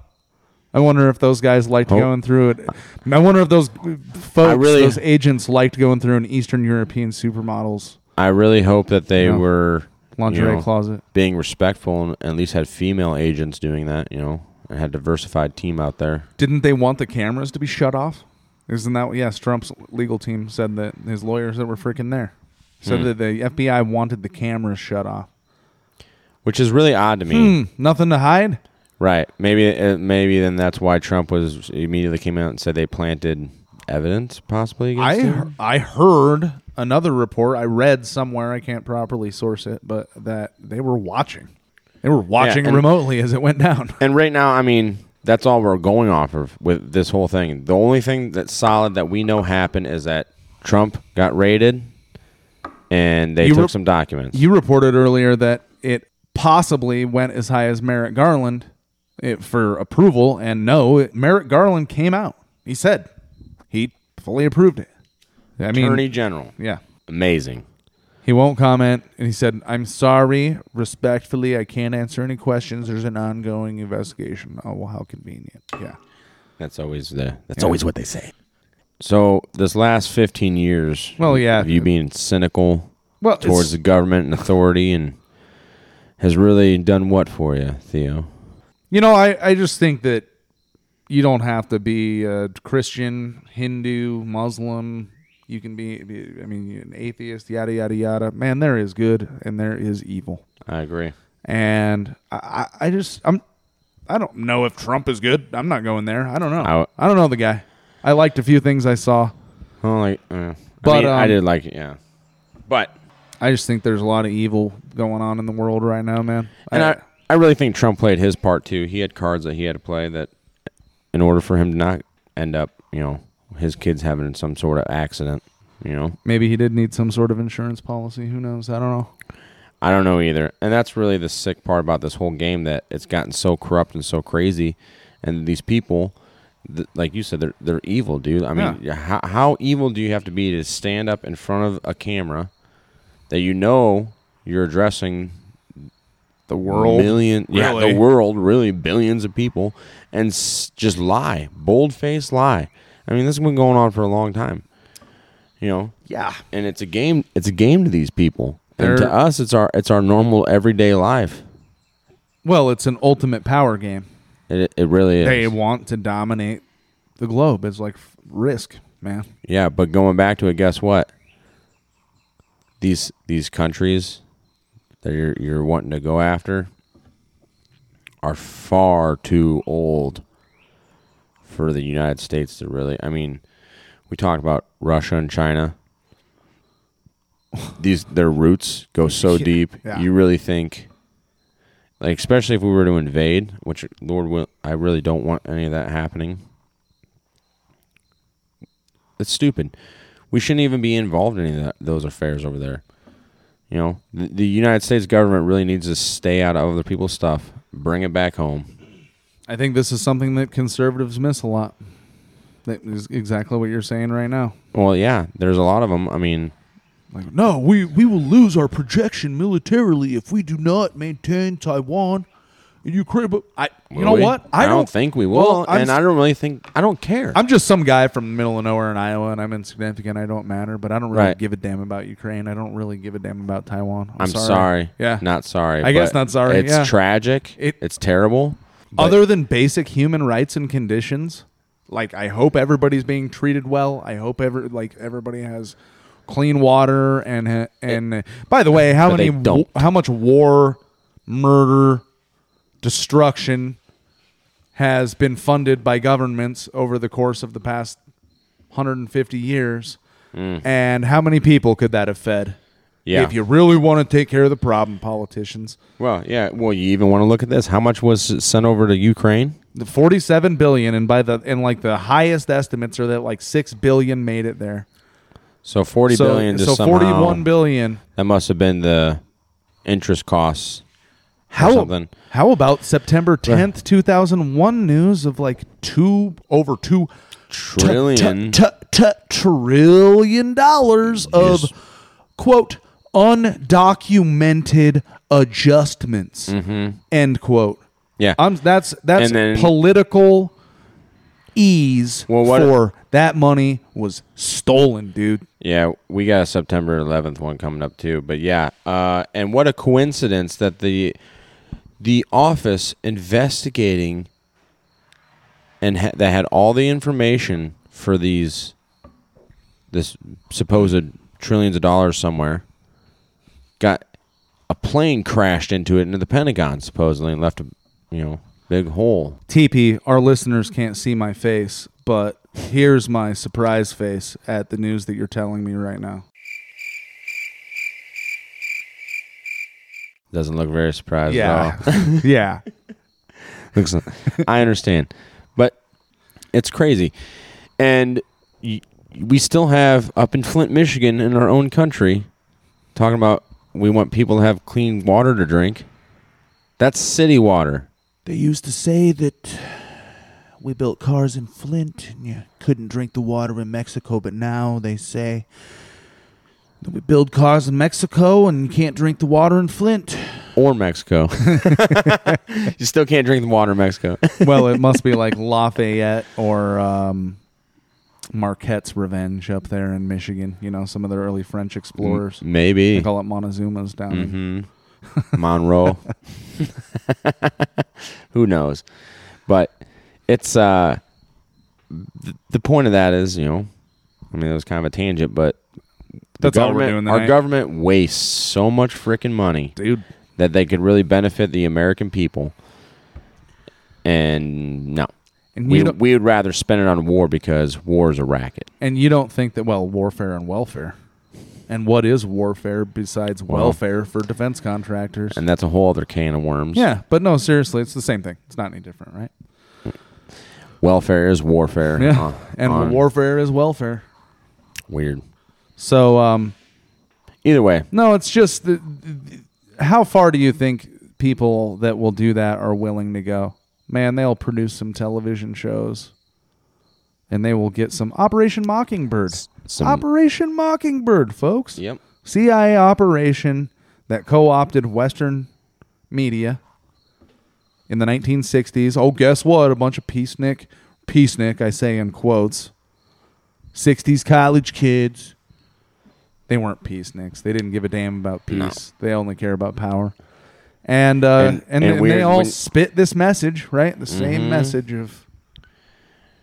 Speaker 5: I wonder if those guys liked
Speaker 3: Hmm. Oh.
Speaker 5: going through it. I wonder if those folks,
Speaker 3: really-
Speaker 5: those agents liked going through an Eastern European supermodels
Speaker 3: I really hope that they
Speaker 5: Yeah.
Speaker 3: were you
Speaker 5: lingerie
Speaker 3: know,
Speaker 5: closet.
Speaker 3: being respectful and at least had female agents doing that. You know, and had diversified team out there.
Speaker 5: Didn't they want the cameras to be shut off? Isn't that what? Yes, Trump's legal team said that his lawyers that were freaking there
Speaker 3: Hmm.
Speaker 5: said that the FBI wanted the cameras shut off.
Speaker 3: Which is really odd to me,
Speaker 5: Hmm, nothing to hide.
Speaker 3: right? Maybe, uh, maybe then that's why Trump was immediately came out and said they planted evidence, possibly. Against
Speaker 5: I
Speaker 3: him?
Speaker 5: he- I heard another report. I read somewhere. I can't properly source it, but that they were watching. They were watching
Speaker 3: and-
Speaker 5: remotely as it went down.
Speaker 3: And right now, I mean, that's all we're going off of with this whole thing. The only thing that's solid that we know happened is that Trump got raided and they
Speaker 5: You
Speaker 3: took
Speaker 5: rep-
Speaker 3: some documents.
Speaker 5: You reported earlier that it possibly went as high as Merrick Garland it, for approval, and no, it, Merrick Garland came out. He said he fully approved it. I mean,
Speaker 3: Attorney General.
Speaker 5: yeah,
Speaker 3: Amazing.
Speaker 5: he won't comment, and he said, "I'm sorry, respectfully, I can't answer any questions. There's an ongoing investigation." Oh well, how convenient. Yeah,
Speaker 3: That's always the that's always what they say. So this last fifteen years
Speaker 5: Well, yeah.
Speaker 3: of you being cynical
Speaker 5: Well, it's-
Speaker 3: towards the government and authority and has really done what for you, Theo?
Speaker 5: you know, I I just think that you don't have to be a Christian, Hindu, Muslim. You can be, be- I mean, an atheist, yada, yada, yada. Man, there is good and there is evil.
Speaker 3: I agree.
Speaker 5: And I, I I just, I'm, I don't know if Trump is good. I'm not going there. I don't know.
Speaker 3: I-
Speaker 5: I, don't know the guy. I liked a few things I saw.
Speaker 3: Well, like, uh, I,
Speaker 5: But,
Speaker 3: mean, I
Speaker 5: um,
Speaker 3: did like it, yeah. But
Speaker 5: I just think there's a lot of evil going on in the world right now, man.
Speaker 3: And I, I really think Trump played his part too. He had cards that he had to play that in order for him to not end up, you know, his kids having some sort of accident, you know.
Speaker 5: maybe he did need some sort of insurance policy. Who knows? I don't know.
Speaker 3: I don't know either. And that's really the sick part about this whole game that it's gotten so corrupt and so crazy. And these people, th- like you said, they're, they're evil, dude. I mean, how, how evil do you have to be to stand up in front of a camera that you know you're addressing
Speaker 5: the world,
Speaker 3: million, yeah,
Speaker 5: really.
Speaker 3: the world, really billions of people, and s- just lie, bold faced lie. I mean, this has been going on for a long time. You know,
Speaker 6: Yeah.
Speaker 3: and it's a game. It's a game to these people, and
Speaker 5: They're-
Speaker 3: to us, it's our it's our normal everyday life.
Speaker 5: Well, it's an ultimate power game.
Speaker 3: It it really is.
Speaker 5: They want to dominate the globe. It's like f- risk, man.
Speaker 3: Yeah, but going back to it, guess what? These these countries that you're you're wanting to go after are far too old for the United States to really. I mean, we talked about Russia and China. These their roots go so
Speaker 5: Yeah,
Speaker 3: deep.
Speaker 5: yeah.
Speaker 3: You really think like especially if we were to invade, which Lord will I really don't want any of that happening. That's stupid. We shouldn't even be involved in any of that, those affairs over there. You know, the, the United States government really needs to stay out of other people's stuff, bring it back home.
Speaker 5: I think this is something that conservatives miss a lot. That is exactly what you're saying right now.
Speaker 3: Well, yeah, there's a lot of them. I mean,
Speaker 5: Like, no, we, we will lose our projection militarily if we do not maintain Taiwan and Ukraine. But I, you
Speaker 3: will
Speaker 5: know
Speaker 3: we?
Speaker 5: what?
Speaker 3: I, don't, think we will,
Speaker 5: Well, I'm
Speaker 3: and I don't really think I don't care.
Speaker 5: I'm just some guy from the middle of nowhere in Iowa, and I'm insignificant. I don't matter, but I don't really
Speaker 3: Right.
Speaker 5: give a damn about Ukraine. I don't really give a damn about Taiwan. I'm,
Speaker 3: I'm sorry.
Speaker 5: Yeah.
Speaker 3: not sorry.
Speaker 5: I guess
Speaker 3: but
Speaker 5: not sorry,
Speaker 3: It's
Speaker 5: yeah.
Speaker 3: tragic.
Speaker 5: It-
Speaker 3: it's terrible. but-
Speaker 5: Other than basic human rights and conditions, like I hope everybody's being treated well. I hope every like everybody has clean water and ha- and by the way, how
Speaker 3: Eh, But they
Speaker 5: many
Speaker 3: don't.
Speaker 5: wa- how much war, murder, destruction has been funded by governments over the course of the past 150 years? And how many people could that have fed?
Speaker 3: Mm. Yeah.
Speaker 5: If you really want to take care of the problem, politicians,
Speaker 3: Well, yeah. Well, you even want to look at this. How much was sent over to Ukraine?
Speaker 5: the 47 billion and by the and like the highest estimates are that like 6 billion made it there
Speaker 3: So forty
Speaker 5: so,
Speaker 3: billion.
Speaker 5: so
Speaker 3: just somehow-
Speaker 5: 41 billion
Speaker 3: That must have been the interest costs.
Speaker 5: how,
Speaker 3: something.
Speaker 5: how about september 10th 2001 news of like two over two t- t-
Speaker 3: Trillion.
Speaker 5: t- t- trillion dollars of
Speaker 3: Yes.
Speaker 5: quote undocumented adjustments
Speaker 3: Mm-hmm.
Speaker 5: end quote
Speaker 3: Yeah.
Speaker 5: I'm, that's that's
Speaker 3: And then-
Speaker 5: political ease
Speaker 3: Well, what-
Speaker 5: for that money was stolen, dude.
Speaker 3: yeah, we got a September 11th one coming up too. But yeah, uh, and what a coincidence that the the office investigating and ha- that had all the information for these this supposed trillions of dollars somewhere got a plane crashed into it into the Pentagon supposedly and left a you know big hole.
Speaker 5: TP, our listeners can't see my face, but here's my surprise face at the news that you're telling me right now.
Speaker 3: Doesn't look very surprised at all.
Speaker 5: yeah.
Speaker 3: Looks like- I understand, but it's crazy, and y- we still have up in Flint, Michigan, in our own country, talking about we want people to have clean water to drink. That's city water.
Speaker 4: They used to say that we built cars in Flint and you couldn't drink the water in Mexico, but now they say that we build cars in Mexico and you can't drink the water in Flint.
Speaker 3: Or Mexico. you still can't drink the water in Mexico.
Speaker 5: Well, it must be like Lafayette or um, Marquette's Revenge up there in Michigan. You know, some of the early French explorers. They
Speaker 3: Maybe
Speaker 5: call it Montezuma's down in
Speaker 3: Mm-hmm. Monroe. Who knows? But it's uh th- the point of that is, you know, I mean, it was kind of a tangent, but the
Speaker 5: That's all we're
Speaker 3: government-
Speaker 5: doing
Speaker 3: Our
Speaker 5: tonight.
Speaker 3: government wastes so much freaking money
Speaker 5: Dude,
Speaker 3: that they could really benefit the American people. And no,
Speaker 5: And you
Speaker 3: we
Speaker 5: don't-
Speaker 3: we would rather spend it on war because war is a racket.
Speaker 5: And you don't think that well, warfare and welfare. And what is warfare besides
Speaker 3: Well-
Speaker 5: welfare for defense contractors?
Speaker 3: And that's a whole other can of worms.
Speaker 5: yeah, but no, seriously, it's the same thing. It's not any different, right?
Speaker 3: Welfare is warfare.
Speaker 5: Yeah.
Speaker 3: Uh,
Speaker 5: and
Speaker 3: uh,
Speaker 5: warfare is welfare.
Speaker 3: Weird.
Speaker 5: So um
Speaker 3: Either way,
Speaker 5: no, it's just the, the- how far do you think people that will do that are willing to go? Man, they'll produce some television shows, and they will get some Operation Mockingbird.
Speaker 3: some-
Speaker 5: Operation Mockingbird, folks.
Speaker 3: Yep.
Speaker 5: CIA operation that co-opted Western media in the 1960s. Oh, guess what? A bunch of peacenik, peacenik, I say in quotes, 60s college kids. They weren't peaceniks. They didn't give a damn about
Speaker 3: No.
Speaker 5: peace. They only care about power. And uh, and,
Speaker 3: And- and
Speaker 5: and they
Speaker 3: weird
Speaker 5: all
Speaker 3: when- Mm-hmm.
Speaker 5: spit this message, right? The same message of,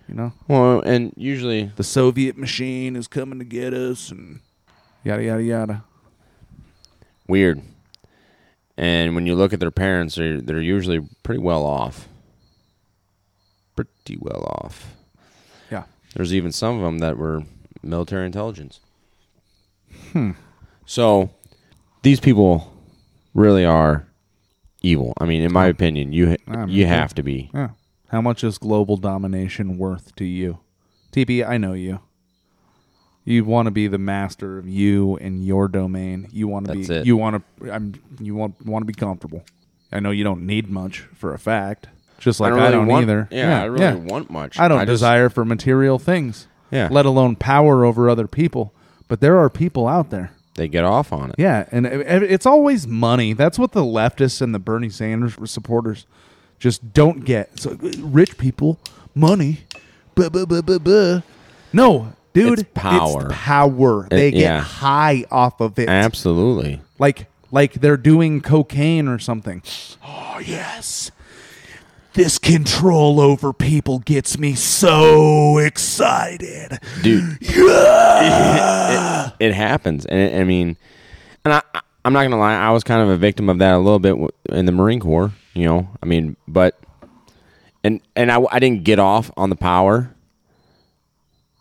Speaker 5: you know,
Speaker 3: Well, and usually
Speaker 5: the Soviet machine is coming to get us and yada yada yada.
Speaker 3: weird. And when you look at their parents, they're they're usually pretty well off. Pretty well off.
Speaker 5: Yeah.
Speaker 3: There's even some of them that were military intelligence. Hmm. So these people really are evil. I mean, in my opinion, you
Speaker 5: Oh. I'm
Speaker 3: you
Speaker 5: okay.
Speaker 3: have to be.
Speaker 5: Yeah. How much is global domination worth to you? TP, I know you. You want to be the master of you and your domain. You want to be
Speaker 3: That's it.
Speaker 5: you want to I'm you want want to be comfortable. I know you don't need much for a fact. Just like I don't,
Speaker 3: really want,
Speaker 5: either.
Speaker 3: Yeah, I really want much.
Speaker 5: I don't
Speaker 3: just-
Speaker 5: desire for material things.
Speaker 3: Yeah.
Speaker 5: Let alone power over other people. But there are people out there
Speaker 3: they get off on it.
Speaker 5: yeah, and it- it- it's always money. That's what the leftists and the Bernie Sanders supporters just don't get. So rich people, money, buh, buh, buh, buh, buh. No, dude,
Speaker 3: It's power. Uh,
Speaker 5: It's power. they get
Speaker 3: yeah.
Speaker 5: high off of it.
Speaker 3: Absolutely.
Speaker 5: Like like they're doing cocaine or something. Oh yes. This control over people gets me so excited.
Speaker 3: dude. It, it happens, and it, I mean, and I, I- I'm not gonna lie. I was kind of a victim of that a little bit w- in the Marine Corps. You know, I mean, but and and I, I didn't get off on the power,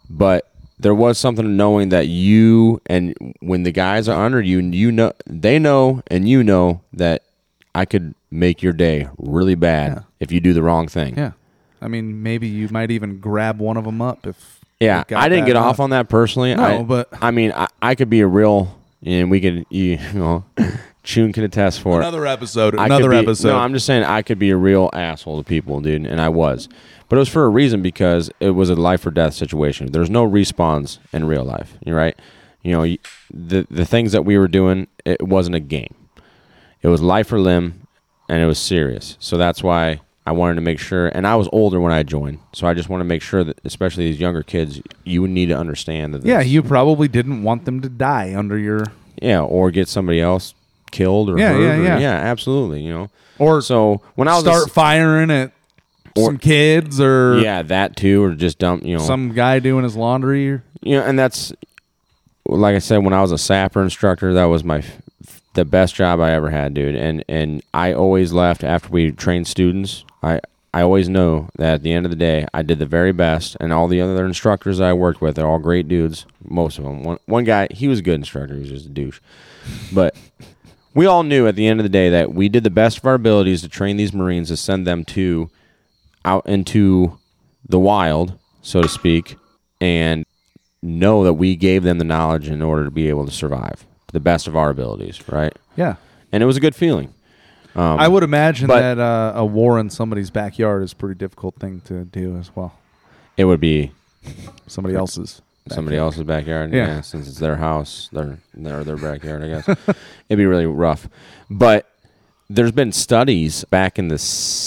Speaker 3: but there was something to knowing that you and when the guys are under you, you know they know and you know that I could make your day really bad if you do the wrong thing.
Speaker 5: Yeah. I mean, maybe you might even grab one of them up if
Speaker 3: Yeah,
Speaker 5: it got
Speaker 3: I didn't
Speaker 5: that
Speaker 3: get off
Speaker 5: bad.
Speaker 3: on that personally.
Speaker 5: No,
Speaker 3: I,
Speaker 5: but-
Speaker 3: I mean, I, I could be a real, and we could, you know, Chun can attest for it.
Speaker 5: episode.
Speaker 3: I could be- No, I'm just saying I could be a real asshole to people, dude, and I was, but it was for a reason because it was a life or death situation. There's no respawns in real life. You're right. You know, y- the the things that we were doing, it wasn't a game. It was life or limb, and it was serious. So that's why I wanted to make sure. And I was older when I joined, so I just want to make sure that, especially these younger kids, you would need to understand that.
Speaker 5: yeah,
Speaker 3: this-
Speaker 5: you probably didn't want them to die under your
Speaker 3: yeah, or get somebody else killed or
Speaker 5: Yeah,
Speaker 3: hurt
Speaker 5: yeah,
Speaker 3: or-
Speaker 5: yeah.
Speaker 3: absolutely. You know,
Speaker 5: Or
Speaker 3: so when I was a
Speaker 5: start firing at
Speaker 3: Or-
Speaker 5: some kids or
Speaker 3: yeah that too or just dump you know
Speaker 5: some guy doing his laundry. or-
Speaker 3: you know and that's like i said when i was a sapper instructor that was my f- f- the best job i ever had dude and and i always left after we trained students i i always know that at the end of the day i did the very best and all the other instructors i worked with they're all great dudes most of them one, one guy he was a good instructor he was just a douche but we all knew at the end of the day that we did the best of our abilities to train these marines to send them to out into the wild so to speak and know that we gave them the knowledge in order to be able to survive to the best of our abilities, right?
Speaker 5: Yeah,
Speaker 3: And it was a good feeling.
Speaker 5: I would imagine
Speaker 3: Um, but-
Speaker 5: that uh, a war in somebody's backyard is a pretty difficult thing to do as well.
Speaker 3: It would be
Speaker 5: Somebody else's.
Speaker 3: somebody else's backyard,
Speaker 5: Yeah.
Speaker 3: yeah. since it's their house, their their their backyard, I guess. It'd be really rough. But there's been studies back in the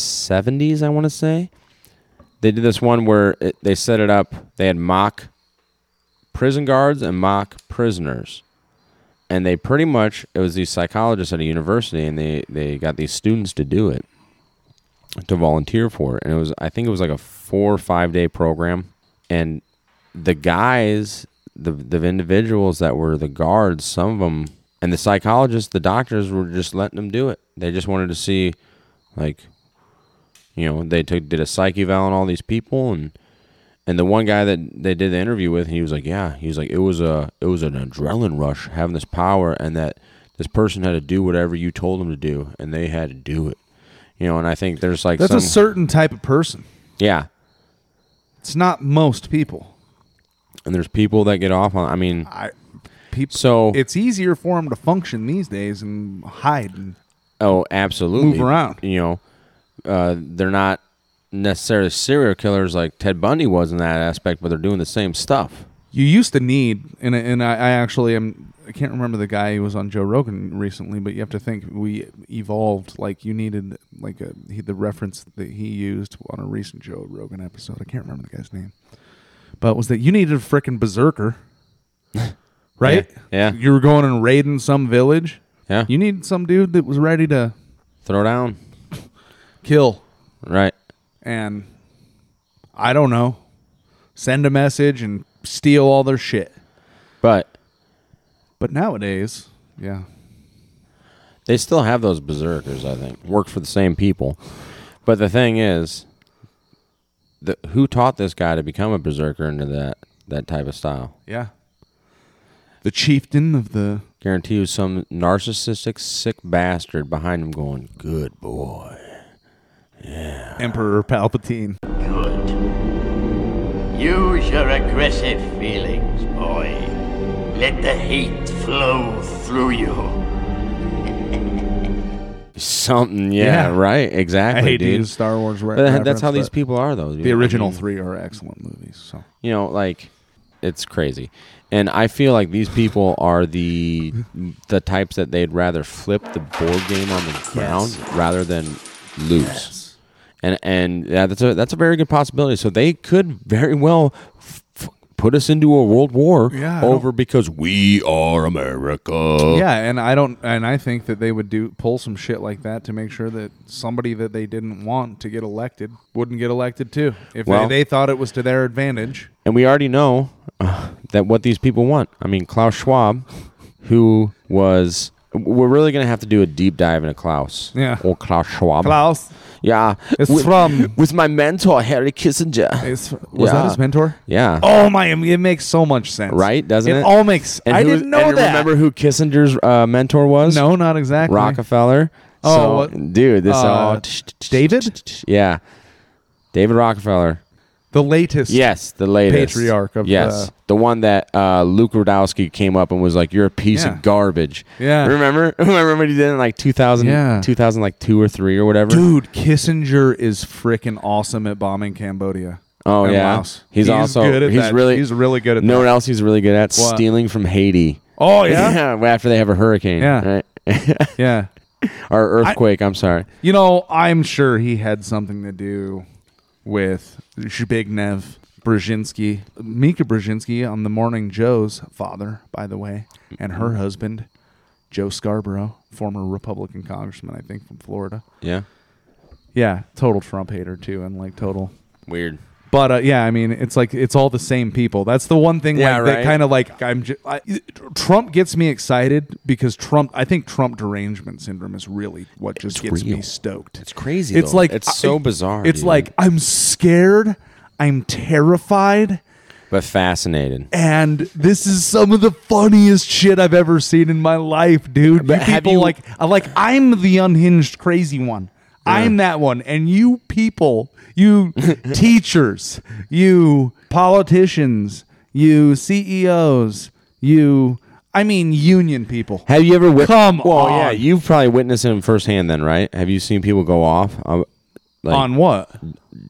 Speaker 3: 70s, I want to say. They did this one where it, they set it up. They had mock prison guards and mock prisoners. And they pretty much, it was these psychologists at a university, and they, they got these students to do it, to volunteer for it. And it was, I think it was like a four or five day program. And the guys, the, the individuals that were the guards, some of them, and the psychologists, the doctors were just letting them do it. They just wanted to see, like, you know, they took did a psyche eval on all these people, and and the one guy that they did the interview with, he was like, yeah, he was like, it was a it was an adrenaline rush having this power, and that this person had to do whatever you told them to do, and they had to do it, you know. And I think there's like
Speaker 5: That's
Speaker 3: some,
Speaker 5: a certain type of person.
Speaker 3: yeah,
Speaker 5: It's not most people.
Speaker 3: and there's people that get off on. I mean,
Speaker 5: I people.
Speaker 3: So
Speaker 5: it's easier for them to function these days and hide. And,
Speaker 3: Oh, absolutely.
Speaker 5: Move around.
Speaker 3: You know, uh, they're not necessarily serial killers like Ted Bundy was in that aspect, but they're doing the same stuff.
Speaker 5: you used to need, and and I, I actually am. I can't remember the guy who was on Joe Rogan recently, but you have to think we evolved. Like you needed like a he, the reference that he used on a recent Joe Rogan episode. I can't remember the guy's name, but was that you needed a freaking berserker, right?
Speaker 3: Yeah. Yeah.
Speaker 5: you were going and raiding some village.
Speaker 3: Yeah.
Speaker 5: you need some dude that was ready to
Speaker 3: Throw down.
Speaker 5: kill
Speaker 3: Right.
Speaker 5: and I don't know, send a message and steal all their shit.
Speaker 3: But
Speaker 5: But nowadays, yeah,
Speaker 3: they still have those berserkers, I think. Work for the same people. But the thing is, the, who taught this guy to become a berserker into that, that type of style?
Speaker 5: yeah. The chieftain of the
Speaker 3: Guarantee you some narcissistic, sick bastard behind him going, Good boy.
Speaker 5: Emperor Palpatine.
Speaker 8: Good. Use your aggressive feelings, boy. Let the heat flow through you.
Speaker 3: Something, yeah,
Speaker 5: Yeah.
Speaker 3: right, exactly.
Speaker 5: I hate to
Speaker 3: dude.
Speaker 5: use Star Wars re-
Speaker 3: But that-
Speaker 5: reference,
Speaker 3: that's how these
Speaker 5: but
Speaker 3: people are, though. dude.
Speaker 5: The
Speaker 3: I
Speaker 5: original
Speaker 3: mean,
Speaker 5: three are excellent movies. So
Speaker 3: you know, like it's crazy, and I feel like these people are the the types that they'd rather flip the board game on the ground rather than lose. And and yeah, that's a that's a very good possibility. So they could very well. F- f- Put us into a world war
Speaker 5: Yeah, I don't-
Speaker 3: over because we are America.
Speaker 5: yeah, and I don't, and I think that they would do pull some shit like that to make sure that somebody that they didn't want to get elected wouldn't get elected too, if
Speaker 3: Well-
Speaker 5: they, they thought it was to their advantage.
Speaker 3: And we already know uh, that what these people want. I mean, Klaus Schwab, who was. We're really going to have to do a deep dive into Klaus.
Speaker 5: Yeah.
Speaker 3: Or Klaus Schwab.
Speaker 5: Klaus
Speaker 3: Yeah.
Speaker 5: It's
Speaker 3: with,
Speaker 5: from-
Speaker 3: With my mentor, Harry Kissinger.
Speaker 5: is was that
Speaker 3: Yeah.
Speaker 5: his mentor?
Speaker 3: yeah.
Speaker 5: Oh my! It makes so much sense,
Speaker 3: Right? Doesn't it?
Speaker 5: all makes.
Speaker 3: And
Speaker 5: I
Speaker 3: who-
Speaker 5: didn't know
Speaker 3: and
Speaker 5: that.
Speaker 3: Remember who Kissinger's uh, mentor was?
Speaker 5: No, not exactly.
Speaker 3: Rockefeller.
Speaker 5: Oh,
Speaker 3: So,
Speaker 5: what-
Speaker 3: dude, this
Speaker 5: uh,
Speaker 3: all
Speaker 5: David?
Speaker 3: Yeah, David Rockefeller.
Speaker 5: the latest.
Speaker 3: Yes, the latest
Speaker 5: Patriarch of
Speaker 3: yes,
Speaker 5: the-
Speaker 3: the, one that uh, Luke Radowski came up and was like, "You're a piece
Speaker 5: Yeah.
Speaker 3: of garbage."
Speaker 5: Yeah.
Speaker 3: remember? Remember when he did it in like 2000,
Speaker 5: Yeah.
Speaker 3: 2000 like two or three or whatever.
Speaker 5: dude, Kissinger is freaking awesome at bombing Cambodia.
Speaker 3: Oh
Speaker 5: and
Speaker 3: yeah,
Speaker 5: Laos.
Speaker 3: he's, also
Speaker 5: good at
Speaker 3: he's
Speaker 5: that.
Speaker 3: really
Speaker 5: he's really good at
Speaker 3: no
Speaker 5: that.
Speaker 3: one else he's really good at
Speaker 5: What?
Speaker 3: stealing from Haiti.
Speaker 5: Oh yeah,
Speaker 3: after they have a hurricane,
Speaker 5: Yeah.
Speaker 3: right?
Speaker 5: yeah.
Speaker 3: or earthquake. I, am sorry.
Speaker 5: You know, I'm sure he had something to do with Zbigniew Brzezinski, Mika Brzezinski on the Morning Joe's father, by the way, and her husband, Joe Scarborough, former Republican congressman, I think, from Florida.
Speaker 3: Yeah,
Speaker 5: Yeah, total Trump hater too, and like total.
Speaker 3: weird.
Speaker 5: But uh, yeah, I mean, it's like it's all the same people. That's the one thing
Speaker 3: Yeah,
Speaker 5: like, that
Speaker 3: right.
Speaker 5: kind of like I'm. Just, I, Trump gets me excited because Trump. I think Trump derangement syndrome is really what just
Speaker 3: It's
Speaker 5: gets me
Speaker 3: real.
Speaker 5: stoked.
Speaker 3: It's crazy,
Speaker 5: It's
Speaker 3: though.
Speaker 5: like
Speaker 3: It's so bizarre,
Speaker 5: It's
Speaker 3: dude.
Speaker 5: like I'm scared. I'm terrified.
Speaker 3: But fascinated.
Speaker 5: And this is some of the funniest shit I've ever seen in my life, dude.
Speaker 3: But
Speaker 5: you
Speaker 3: have
Speaker 5: people
Speaker 3: you-
Speaker 5: like, I- like I'm the unhinged crazy one. I'm that one, and you people, you teachers, you politicians, you CEOs, you, I mean, union people.
Speaker 3: Have you ever wit-
Speaker 5: Come
Speaker 3: well, yeah,
Speaker 5: on.
Speaker 3: you've probably witnessed him firsthand, then, right? Have you seen people go off uh, like
Speaker 5: on what?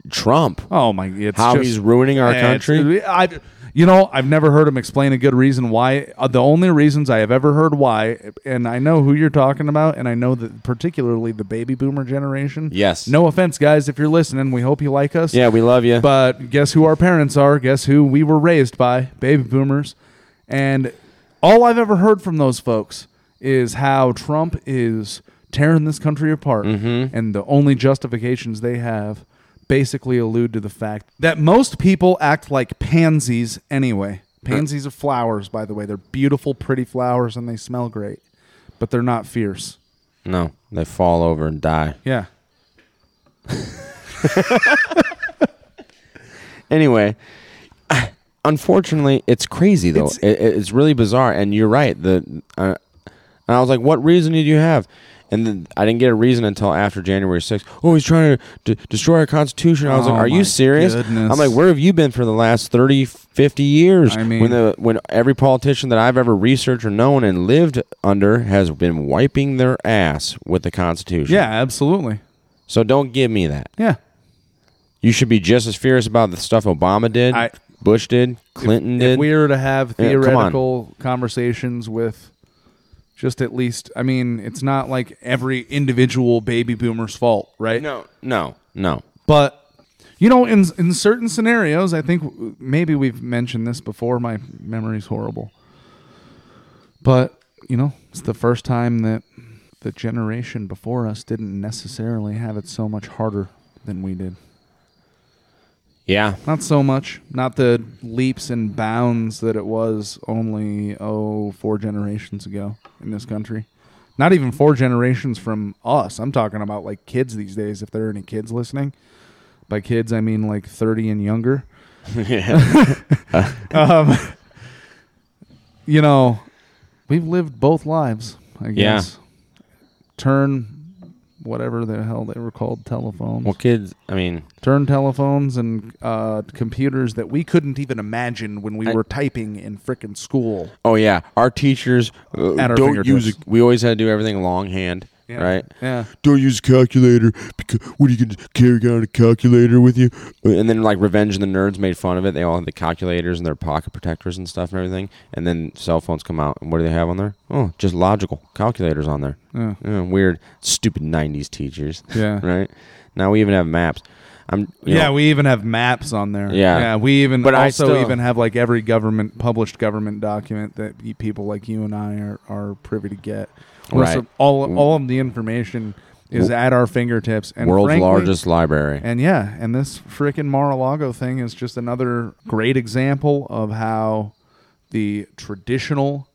Speaker 3: Trump?
Speaker 5: Oh my! It's
Speaker 3: How
Speaker 5: just-
Speaker 3: he's ruining our
Speaker 5: Yeah, it's-
Speaker 3: country?
Speaker 5: I, you know, I've never heard him explain a good reason why. Uh, the only reasons I have ever heard why, and I know who you're talking about, and I know that particularly the baby boomer generation.
Speaker 3: Yes.
Speaker 5: No offense, guys, if you're listening, we hope you like us.
Speaker 3: Yeah, we love you.
Speaker 5: But guess who our parents are? Guess who we were raised by? Baby boomers. And all I've ever heard from those folks is how Trump is tearing this country apart. And the only justifications they have basically allude to the fact that most people act like pansies anyway. Pansies are flowers, by the way. They're beautiful, pretty flowers and they smell great, but they're not fierce.
Speaker 3: no, they fall over and die.
Speaker 5: Yeah.
Speaker 3: Anyway, unfortunately, it's crazy though.
Speaker 5: It's-
Speaker 3: It's, it, it's really bizarre, and you're right. The uh, and I was like, "What reason did you have?" And then I didn't get a reason until after January 6th. Oh, he's trying to d- destroy our Constitution. I was
Speaker 5: Oh,
Speaker 3: like, are
Speaker 5: my
Speaker 3: you serious?
Speaker 5: goodness.
Speaker 3: I'm like, where have you been for the last 30, 50 years?
Speaker 5: I mean-
Speaker 3: when, the, when every politician that I've ever researched or known and lived under has been wiping their ass with the Constitution.
Speaker 5: Yeah, absolutely.
Speaker 3: So don't give me that.
Speaker 5: Yeah.
Speaker 3: You should be just as fierce about the stuff Obama did,
Speaker 5: I-
Speaker 3: Bush did, Clinton did.
Speaker 5: If we were to have
Speaker 3: Yeah, come on.
Speaker 5: theoretical conversations with just at least, I mean, it's not like every individual baby boomer's fault, right?
Speaker 3: No, no, no.
Speaker 5: But you know, in in certain scenarios, I think w- maybe we've mentioned this before. My memory's horrible. But you know, it's the first time that the generation before us didn't necessarily have it so much harder than we did.
Speaker 3: Yeah.
Speaker 5: Not so much. Not the leaps and bounds that it was only oh four generations ago in this country. Not even four generations from us. I'm talking about like kids these days. If there are any kids listening, by kids I mean like 30 and younger. um, you know, we've lived both lives. I
Speaker 3: Yeah.
Speaker 5: guess. Turn whatever the hell they were called telephones
Speaker 3: Well, kids, I mean,
Speaker 5: turn telephones and uh, computers that we couldn't even imagine when we
Speaker 3: I-
Speaker 5: were typing in frickin' school.
Speaker 3: oh yeah, our teachers uh,
Speaker 5: At our
Speaker 3: don't use. A,
Speaker 5: fingertips.
Speaker 3: we always had to do everything longhand, right?
Speaker 5: Yeah.
Speaker 3: Don't use a calculator because what are you going to carry around a calculator with you? And then like Revenge of the Nerds made fun of it. They all had the calculators and their pocket protectors and stuff and everything. And then cell phones come out, and what do they have on there? Oh, just logical calculators on there.
Speaker 5: Yeah.
Speaker 3: weird, stupid '90s teachers.
Speaker 5: Yeah.
Speaker 3: right. Now we even have maps. I'm. you
Speaker 5: Yeah,
Speaker 3: know-
Speaker 5: we even have maps on there.
Speaker 3: Yeah.
Speaker 5: yeah. We even,
Speaker 3: But
Speaker 5: but
Speaker 3: I
Speaker 5: also
Speaker 3: still-
Speaker 5: even have like every government published government document that y- people like you and I are, are privy to get. We're
Speaker 3: Right.
Speaker 5: so- all all of the information is at our fingertips. And
Speaker 3: world's
Speaker 5: frankly-
Speaker 3: largest library.
Speaker 5: And yeah, and this frickin' Mar-a-Lago thing is just another great example of how the traditional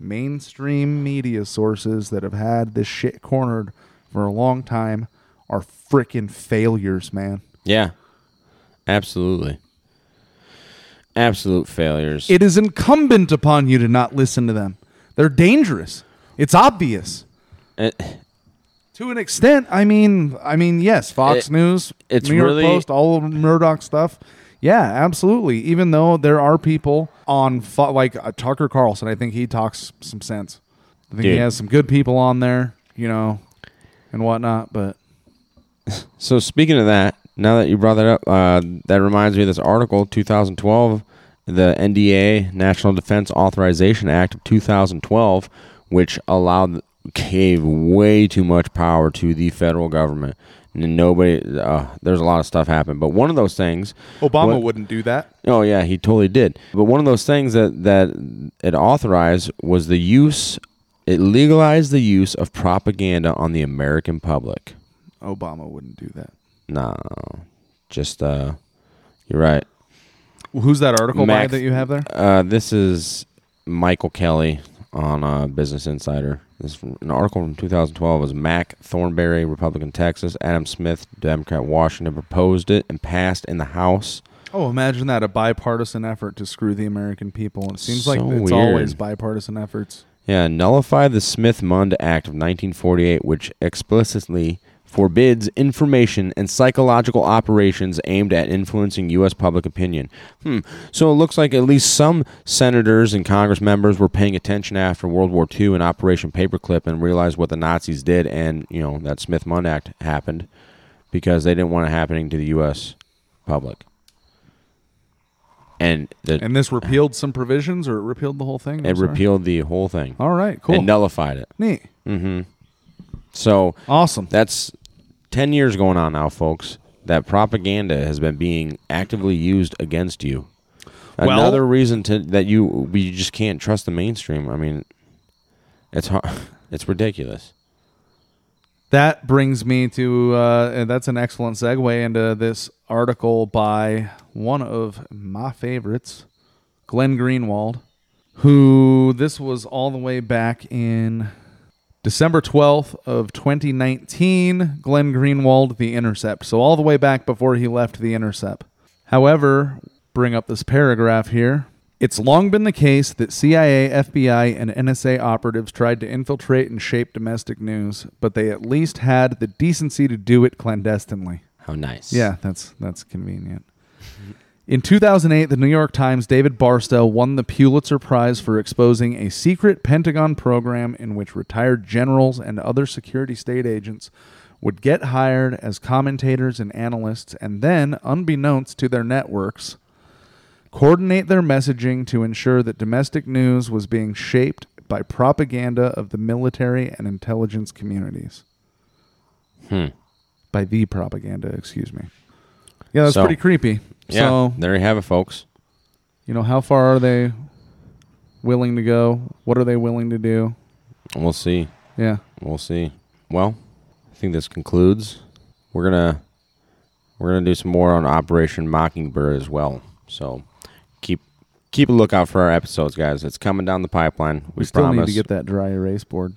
Speaker 5: mainstream media sources that have had this shit cornered for a long time are frickin' failures, man.
Speaker 3: Yeah. Absolutely. Absolute failures.
Speaker 5: It is incumbent upon you to not listen to them. They're dangerous. It's obvious.
Speaker 3: It-
Speaker 5: to an extent, I mean, I mean, yes, Fox
Speaker 3: It-
Speaker 5: News,
Speaker 3: it's
Speaker 5: New York
Speaker 3: really-
Speaker 5: Post, all of Murdoch stuff. Yeah, absolutely. Even though there are people on fo- like uh, Tucker Carlson, I think he talks some sense. I think he
Speaker 3: Dude.
Speaker 5: has some good people on there, you know, and whatnot. But
Speaker 3: so speaking of that, now that you brought that up, uh, that reminds me of this article, 2012, the NDA National Defense Authorization Act of 2012, which allowed gave way too much power to the federal government. And nobody, uh, there's a lot of stuff happened, but one of those things, what-
Speaker 5: wouldn't do that.
Speaker 3: Oh yeah, he totally did. But one of those things that that it authorized was the use. It legalized the use of propaganda on the American public.
Speaker 5: Obama wouldn't do that.
Speaker 3: No, just uh, you're right.
Speaker 5: Who's that article
Speaker 3: Max-
Speaker 5: by that you have there?
Speaker 3: Uh, this is Michael Kelly on uh, Business Insider. This is from- an article from 2012 was Mac Thornberry, Republican, Texas. Adam Smith, Democrat, Washington, proposed it and passed in the House.
Speaker 5: Oh, imagine that—a bipartisan effort to screw the American people. It seems like
Speaker 3: So
Speaker 5: it's
Speaker 3: weird.
Speaker 5: always bipartisan efforts.
Speaker 3: Yeah, nullify the Smith-Mund Act of 1948, which explicitly forbids information and psychological operations aimed at influencing U.S. public opinion. Hmm. So it looks like at least some senators and Congress members were paying attention after World War II and Operation Paperclip and realized what the Nazis did, and you know that Smith-Mund Act happened because they didn't want it happening to the U.S. public. And the,
Speaker 5: And this repealed some provisions, or it repealed the whole thing. I'm
Speaker 3: it
Speaker 5: sorry.
Speaker 3: repealed the whole thing.
Speaker 5: All right, cool.
Speaker 3: It nullified it.
Speaker 5: Neat.
Speaker 3: So
Speaker 5: Awesome.
Speaker 3: That's 10 years going on now, folks. That propaganda has been being actively used against you.
Speaker 5: Well-
Speaker 3: Another reason to that you you just can't trust the mainstream. I mean, it's hard. It's ridiculous.
Speaker 5: That brings me to uh, and that's an excellent segue into this article by one of my favorites, Glenn Greenwald, who this was all the way back in December 12th of 2019, Glenn Greenwald, The Intercept. So all the way back before he left The Intercept. However, bring up this paragraph here. It's long been the case that CIA, FBI, and NSA operatives tried to infiltrate and shape domestic news, but they at least had the decency to do it clandestinely.
Speaker 3: How nice.
Speaker 5: Yeah, that's that's convenient. In 2008, the New York Times' David Barstow won the Pulitzer Prize for exposing a secret Pentagon program in which retired generals and other security state agents would get hired as commentators and analysts and then, unbeknownst to their networks, coordinate their messaging to ensure that domestic news was being shaped by propaganda of the military and intelligence communities.
Speaker 3: Hmm.
Speaker 5: By the propaganda, excuse me. Yeah, that's
Speaker 3: So-
Speaker 5: pretty creepy.
Speaker 3: Yeah,
Speaker 5: So,
Speaker 3: there you have it, folks.
Speaker 5: you know, how far are they willing to go? What are they willing to do?
Speaker 3: We'll see.
Speaker 5: Yeah.
Speaker 3: We'll see. Well, I think this concludes. We're gonna we're gonna do some more on Operation Mockingbird as well. So keep keep a lookout for our episodes, guys. It's coming down the pipeline. We,
Speaker 5: We still
Speaker 3: promise.
Speaker 5: need to get that dry erase board.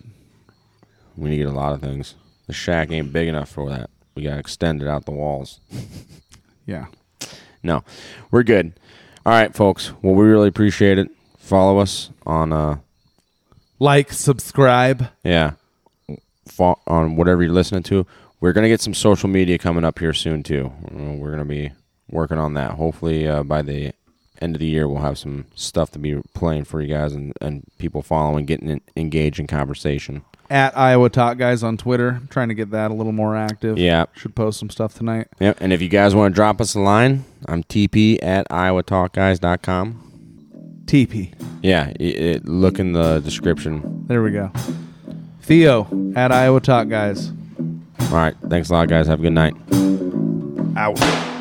Speaker 3: we need to get a lot of things. The shack ain't big enough for that. We gotta extend it out the walls.
Speaker 5: Yeah.
Speaker 3: No, we're good. All right, folks. Well, we really appreciate it. Follow us on uh
Speaker 5: Like, subscribe.
Speaker 3: yeah fo- on whatever you're listening to. We're gonna get some social media coming up here soon too. Uh, We're gonna be working on that. Hopefully uh, by the end of the year, we'll have some stuff to be playing for you guys and, and people following, getting in, engaged in conversation.
Speaker 5: At Iowa Talk Guys on Twitter. I'm trying to get that a little more active.
Speaker 3: Yeah.
Speaker 5: Should post some stuff tonight.
Speaker 3: Yep. And if you guys want to drop us a line, I'm TP at iowatalkguys.com.
Speaker 5: TP.
Speaker 3: Yeah, i it, look in the description.
Speaker 5: There we go. Theo at Iowa Talk Guys.
Speaker 3: All right. Thanks a lot, guys. Have a good night.
Speaker 5: Out.